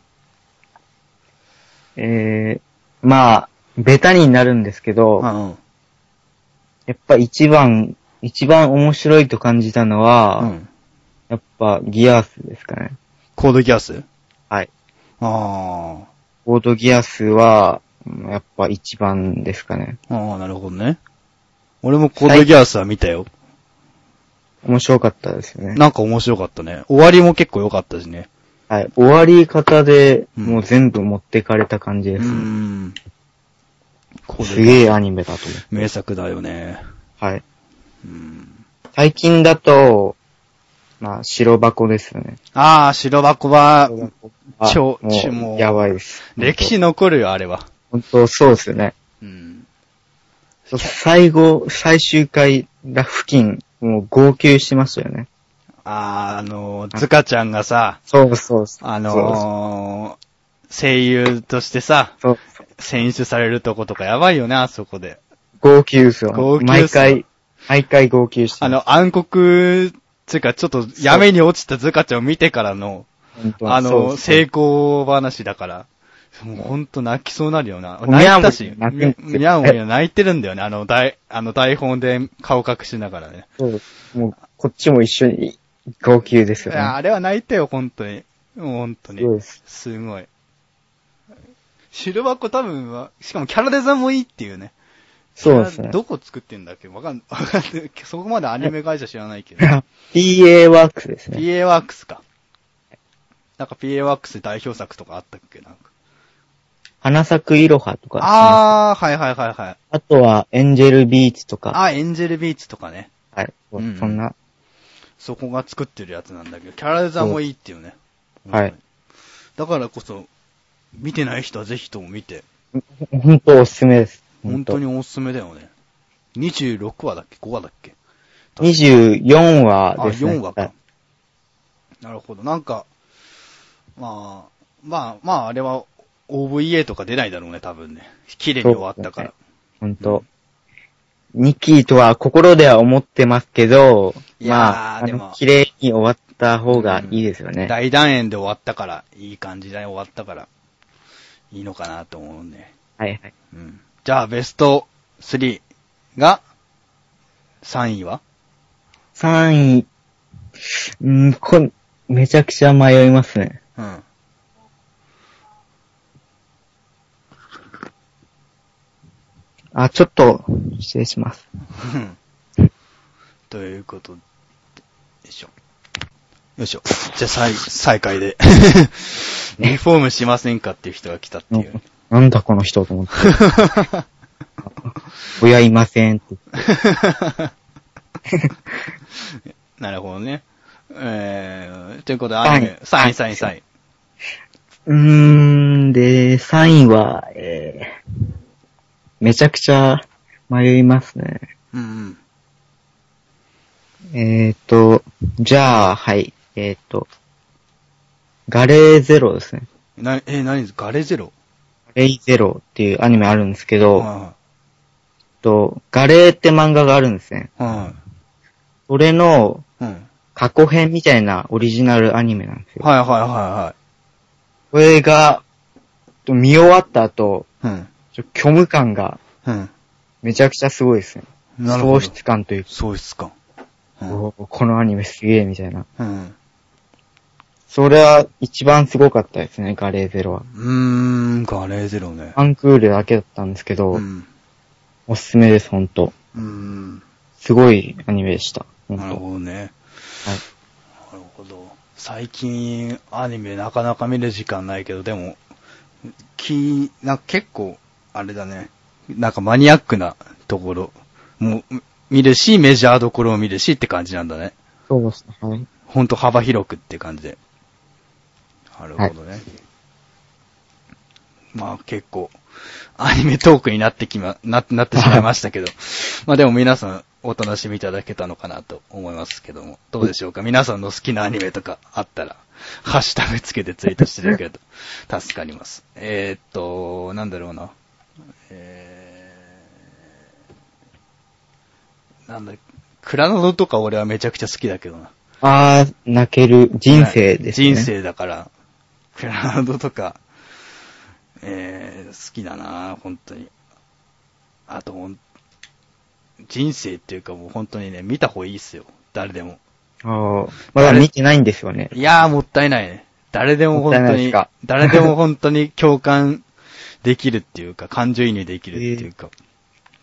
Speaker 1: えー、まあ、ベタになるんですけど、
Speaker 2: うん。
Speaker 1: やっぱ一番、一番面白いと感じたのは、
Speaker 2: うん。
Speaker 1: やっぱギアースですかね。
Speaker 2: コードギアス
Speaker 1: はい。
Speaker 2: あ
Speaker 1: オートギアスは、うんやっぱ一番ですかね。
Speaker 2: あ。ああ、なるほどね。俺もコードギアスは見たよ。
Speaker 1: 面白かったですよね。
Speaker 2: なんか面白かったね。終わりも結構良かったしね。
Speaker 1: はい。終わり方で、
Speaker 2: うん
Speaker 1: もう全部持ってかれた感じ
Speaker 2: う
Speaker 1: です、
Speaker 2: ー
Speaker 1: ね。
Speaker 2: ん。コー
Speaker 1: す
Speaker 2: ドギア
Speaker 1: げえアニメだと思う。
Speaker 2: ス。名作だよね。
Speaker 1: はい。
Speaker 2: うん。
Speaker 1: 最近だと、まあ、白箱ですよね。
Speaker 2: ああ、白箱は、
Speaker 1: あ
Speaker 2: 超
Speaker 1: もう
Speaker 2: 超もう
Speaker 1: やばいです。
Speaker 2: 歴史残るよ、あれは。
Speaker 1: 本当。本当そうですよね。
Speaker 2: うん。
Speaker 1: 最後、最終回ら付近、もう号泣してましたよね。
Speaker 2: ああ、あのー、ズカちゃんがさ、
Speaker 1: そうそうそう。
Speaker 2: あのー、声優としてさ、
Speaker 1: そうそう
Speaker 2: 選出されるとことかやばいよね、あそこで。
Speaker 1: 号泣ですよ。
Speaker 2: 号泣っすよ
Speaker 1: 毎回、毎回号泣して
Speaker 2: あ
Speaker 1: ます。
Speaker 2: の、暗黒、つうか、ちょっと、闇に落ちたズカちゃんを見てからの、
Speaker 1: 本当に
Speaker 2: あ
Speaker 1: そう
Speaker 2: の、
Speaker 1: ですね
Speaker 2: 成功話だから、もうほんと泣きそうになるよな。
Speaker 1: ミ
Speaker 2: 泣い
Speaker 1: ャンモリ
Speaker 2: たし、
Speaker 1: 泣くん
Speaker 2: ミ
Speaker 1: ですよ
Speaker 2: ャンモリは泣いてるんだよね。あの、台、あの台本で顔隠しながらね。
Speaker 1: そうもう、こっちも一緒に、号泣です
Speaker 2: い
Speaker 1: よ
Speaker 2: や
Speaker 1: ね。
Speaker 2: あれは泣いたよ、ほんとに。もうほんとに
Speaker 1: そう。です。
Speaker 2: すごい。シルバコ多分は、しかもキャラデザもいいっていうね。
Speaker 1: そうです
Speaker 2: キャラ
Speaker 1: ね。
Speaker 2: どこ作ってんだっけわかん、 わかんない。そこまでアニメ会社知らない けど。
Speaker 1: PA ワークスですね。
Speaker 2: PA ワークスか。なんか PA ワークス代表作とかあったっけなんか。
Speaker 1: 花咲くいろはとか。
Speaker 2: あー、はいはいはいはい。
Speaker 1: あとは、エンジェルビーチとか。
Speaker 2: あー、エンジェルビーチとかね。
Speaker 1: はい。そ
Speaker 2: うん
Speaker 1: んな、
Speaker 2: そこが作ってるやつなんだけど、キャラデザもいいっていうね。
Speaker 1: はい。
Speaker 2: だからこそ、見てない人はぜひとも見て、
Speaker 1: 本当おすすめです。
Speaker 2: 本当に。おすすめだよね。26話だっけ ?5 話だっけ
Speaker 1: 24話
Speaker 2: あ、
Speaker 1: ですね。
Speaker 2: 4話
Speaker 1: は
Speaker 2: か
Speaker 1: い。。
Speaker 2: なるほど。なんか、まあ、まあ、まあ、あれは OVA とか出ないだろうね、多分ね。綺麗に終わったから。
Speaker 1: 本当。ニッキーとは心では思ってますけど、
Speaker 2: いやー
Speaker 1: まあ、あ
Speaker 2: でも
Speaker 1: の、綺麗に終わった方がいいですよね。
Speaker 2: 大団円で終わったから、いい感じで終わったから、いいのかなと思うんで。
Speaker 1: はいはい。
Speaker 2: うん。じゃあ、ベスト3が、3位は
Speaker 1: 3位、うんこん、めちゃくちゃ迷いますね。
Speaker 2: うん。
Speaker 1: あ、ちょっと、失礼します。
Speaker 2: ということで、よいしょ。よいしょ。じゃ あ、最、最下位で。リフォームしませんかっていう人が来たっていう。
Speaker 1: なんだこの人と思って。親いませんって。
Speaker 2: なるほどね。えー、ということで、アニメ、3位、3位、3位。
Speaker 1: うーん、で、3位は、えー、めちゃくちゃ迷いますね。
Speaker 2: うんうん。
Speaker 1: えーと、じゃあ、はい、えーと、ガレーゼロですね。
Speaker 2: な、えー、何ですガレゼロ
Speaker 1: ガレイゼロっていうアニメあるんですけど、
Speaker 2: は
Speaker 1: とガレーって漫画があるんですね。
Speaker 2: い。は
Speaker 1: それの
Speaker 2: い。うん。
Speaker 1: 過去編みたいなオリジナルアニメなんですよ。
Speaker 2: はいはいは
Speaker 1: これが、と見終わった後、
Speaker 2: いはい。
Speaker 1: ちょ虚無感が
Speaker 2: うん。
Speaker 1: めちゃくちゃすごいですね。
Speaker 2: うん。なるほど。
Speaker 1: 喪失感というか、
Speaker 2: 喪失感。うん。
Speaker 1: おーこのアニメすげえみたいな。
Speaker 2: うん。
Speaker 1: それは一番すごかったですね、ガレーゼロは。
Speaker 2: うーん、ガレーゼロね。
Speaker 1: アンクールだけだったんですけど、
Speaker 2: うん。
Speaker 1: おすすめです、ほんと。
Speaker 2: うん。
Speaker 1: すごいアニメでした。ほんと
Speaker 2: なるほどね。
Speaker 1: はい。
Speaker 2: なるほど。最近、アニメなかなか見る時間ないけど、でも、き、な、結構、あれだね。なんかマニアックなところもう見るし、メジャーどころを見るしって感じなんだね。
Speaker 1: そうですね。はい。
Speaker 2: ほんと幅広くって感じで。なるほどね。まあ結構、アニメトークになってきま、な、なってしまいましたけど。 まあでも皆さんお楽しみいただけたのかなと思いますけども。どうでしょうか皆さんの好きなアニメとかあったら、 ハッシュタグつけてツイートしていただけると助かります。えー、っと、なんだろうな。えー、なんだ、クラノドとか俺はめちゃくちゃ好きだけどな。
Speaker 1: あー、泣ける人生ですね。
Speaker 2: 人。生だから、クラウドとか、えー、好きだな本当に。あと、ほん人生っていうかもう本当にね、見た方がいいっすよ。誰でも。
Speaker 1: あー、まだ見てないんですよね。
Speaker 2: いやー、もったいないね。誰でも本
Speaker 1: もったい
Speaker 2: 当
Speaker 1: ないで
Speaker 2: に
Speaker 1: すか、
Speaker 2: 誰でも本当に共感できるっていうか、感情移入できるっていうか、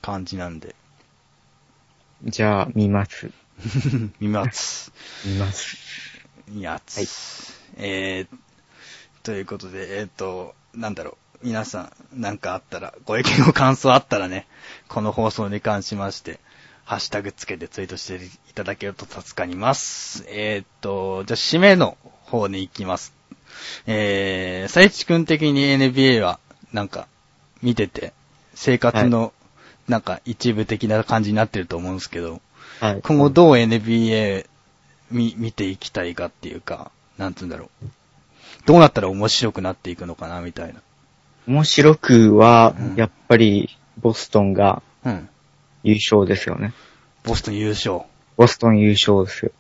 Speaker 2: 感じなんで。
Speaker 1: じゃあ、見ます。
Speaker 2: 見ます。
Speaker 1: 見ます。
Speaker 2: やつ。えー、ということで、えっ、と、なんだろう。皆さん、なんかあったら、ご意見ご感想あったらね、この放送に関しまして、ハッシュタグつけてツイートしていただけると助かります。えっ、と、じゃあ、締めの方に行きます。えー、最地君的に NBA は、なんか、見てて、生活の、なんか、一部的な感じになってると思うんですけど、
Speaker 1: はい。
Speaker 2: 今後どう NBA 見見ていきたいかっていうか、なんつうんだろう。どうなったら面白くなっていくのかなみたいな。
Speaker 1: 面白くは
Speaker 2: うん、
Speaker 1: やっぱり、ボストンが
Speaker 2: うん。
Speaker 1: 優勝ですよね。
Speaker 2: ボストン優勝。
Speaker 1: ボストン優勝ですよ。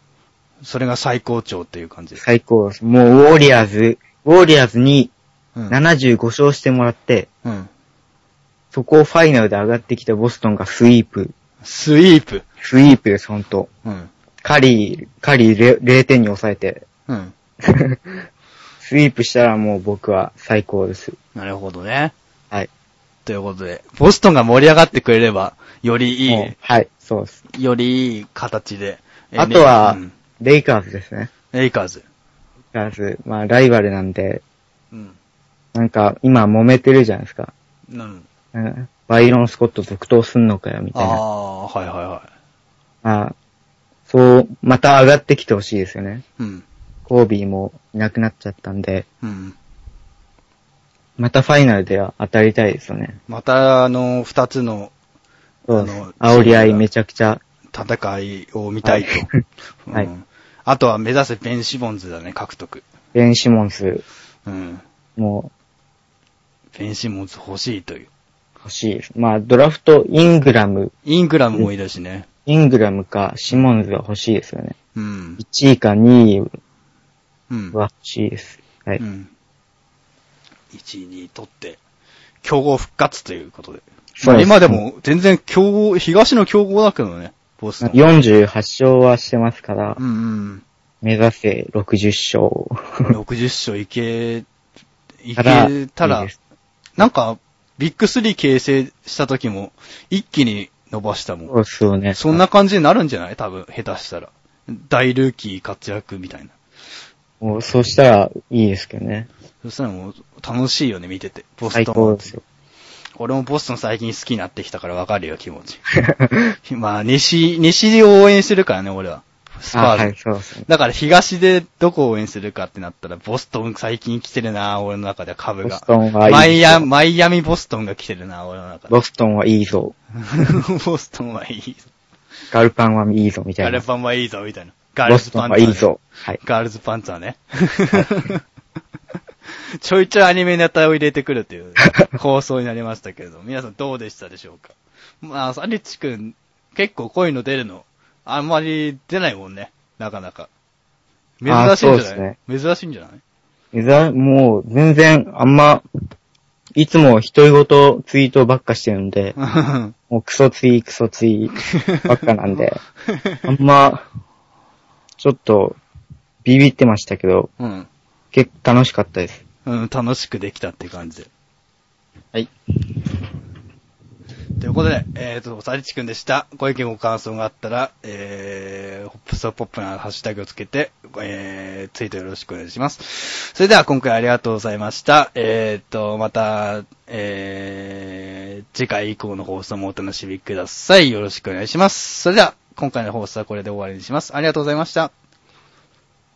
Speaker 2: それが最高潮っていう感じ。
Speaker 1: 最高です。もう、ウォリアーズ、ウォリアーズに
Speaker 2: うん。
Speaker 1: 75勝してもらって、
Speaker 2: うん。
Speaker 1: そこをファイナルで上がってきたボストンがスイープ。
Speaker 2: スイープ。
Speaker 1: スイープです、ほんと。
Speaker 2: うん。
Speaker 1: カリー、カリーれ0点に抑えて、
Speaker 2: うん。
Speaker 1: スイープしたらもう僕は最高です。
Speaker 2: なるほどね。
Speaker 1: はい。
Speaker 2: ということで、ボストンが盛り上がってくれれば、よりい
Speaker 1: もうはい、そうです。
Speaker 2: い、よりいい形で。
Speaker 1: あとは
Speaker 2: うん
Speaker 1: レイカーズですね。
Speaker 2: レイカーズ。
Speaker 1: レイカーズ、まあライバルなんで、
Speaker 2: うん。
Speaker 1: なんか今揉めてるじゃないですか。
Speaker 2: うん。
Speaker 1: うんバイロン・スコット続投すんのかよ、みたいな。
Speaker 2: ああー、はいはいは
Speaker 1: まあ、そう、また上がってきてほしいですよね。
Speaker 2: い。うん。
Speaker 1: コービーもいなくなっちゃったんで、
Speaker 2: うん。
Speaker 1: またファイナルでは当たりたいですよね。
Speaker 2: また、あの、二つの
Speaker 1: そうです
Speaker 2: あの。
Speaker 1: 煽り合いめちゃくちゃ。
Speaker 2: 戦いを見たいと。 うん
Speaker 1: はい
Speaker 2: あとは目指せベンシモンズだね、獲得。
Speaker 1: ベン・シモンス、
Speaker 2: うん。
Speaker 1: も
Speaker 2: ベンシモンズ欲しいという。
Speaker 1: う欲しいです。まあ、ドラフト、イングラム、
Speaker 2: イングラムもいいだしね。
Speaker 1: イングラムかシモンズが欲しいですよね。
Speaker 2: うん。
Speaker 1: 1位か2位
Speaker 2: うん。。
Speaker 1: は欲しいです。はいう
Speaker 2: ん。1位に取って、競合復活ということで。ま
Speaker 1: そう
Speaker 2: あ
Speaker 1: です
Speaker 2: 今でも全然競合、東の競合だけどね、ボストン。
Speaker 1: 48勝はしてますから
Speaker 2: う、ん
Speaker 1: 目指せ60
Speaker 2: うん。
Speaker 1: 勝。
Speaker 2: 60勝いけ、い
Speaker 1: ただ
Speaker 2: けた
Speaker 1: いい
Speaker 2: ら
Speaker 1: で、す
Speaker 2: なんか、ビッグ3形成した時も、一気に伸ばしたもん
Speaker 1: そ。うですよね。
Speaker 2: そんな感じになるんじゃない多分、下手したら。大ルーキー活躍みたいな。
Speaker 1: もう、そうしたらいいですけどね。
Speaker 2: そしたらもう、楽しいよね、見てて。ボス
Speaker 1: 最
Speaker 2: トン。
Speaker 1: 高ですよ。
Speaker 2: 俺もボストン最近好きになってきたからわかるよ、気持ち。 まあ、西、西を応援してるからね、俺は。スパー
Speaker 1: あ、
Speaker 2: ズ。
Speaker 1: はい、そうですね。
Speaker 2: だから東でどこを応援するかってなったら、ボストン最近来てるな、俺の中では株
Speaker 1: ボス
Speaker 2: が。
Speaker 1: トンはいいぞ
Speaker 2: マイア、マイアミボストンが来てるな、俺の中で。
Speaker 1: ボストンはいいぞ。
Speaker 2: ボストンはいい。
Speaker 1: ガルパンはいいぞ、みた
Speaker 2: ガ
Speaker 1: い
Speaker 2: ル
Speaker 1: な。
Speaker 2: パンはいいぞ、みたいな。ガル
Speaker 1: ボ
Speaker 2: ズ
Speaker 1: スト
Speaker 2: パ
Speaker 1: ン
Speaker 2: ン
Speaker 1: は
Speaker 2: ツァー
Speaker 1: い
Speaker 2: ね
Speaker 1: いぞ。はい。
Speaker 2: ガールズパンツァーね。 ちょいちょいアニメネタを入れてくる という放送になりましたけれども、皆さんどうでしたでしょうかまあ、サリッチ君、結構こういうの出るの、あんまり出ないもんね、なかなか。珍
Speaker 1: あー
Speaker 2: しいん
Speaker 1: そ
Speaker 2: じ
Speaker 1: う
Speaker 2: ゃ
Speaker 1: で
Speaker 2: ない、珍しいんじゃない
Speaker 1: えざ、もう、全然、あんま、いつも独り言ツイートばっかしてるんで、 もうクソツイ、クソツイばっかなんで、あんま、ちょっと、ビビってましたけど、
Speaker 2: うん。
Speaker 1: 結構楽しかったです。
Speaker 2: うん、楽しくできたって感じで。
Speaker 1: はい。
Speaker 2: ということで、えっ、と、さりちくんでした。ご意見ご感想があったら、えー、ホップストポップなハッシュタグをつけて、えー、ツイートよろしくお願いします。それでは今回ありがとうございました。えっ、と、また、えー、次回以降の放送もお楽しみください。よろしくお願いします。それでは、今回の放送はこれで終わりにします。ありがとうございました。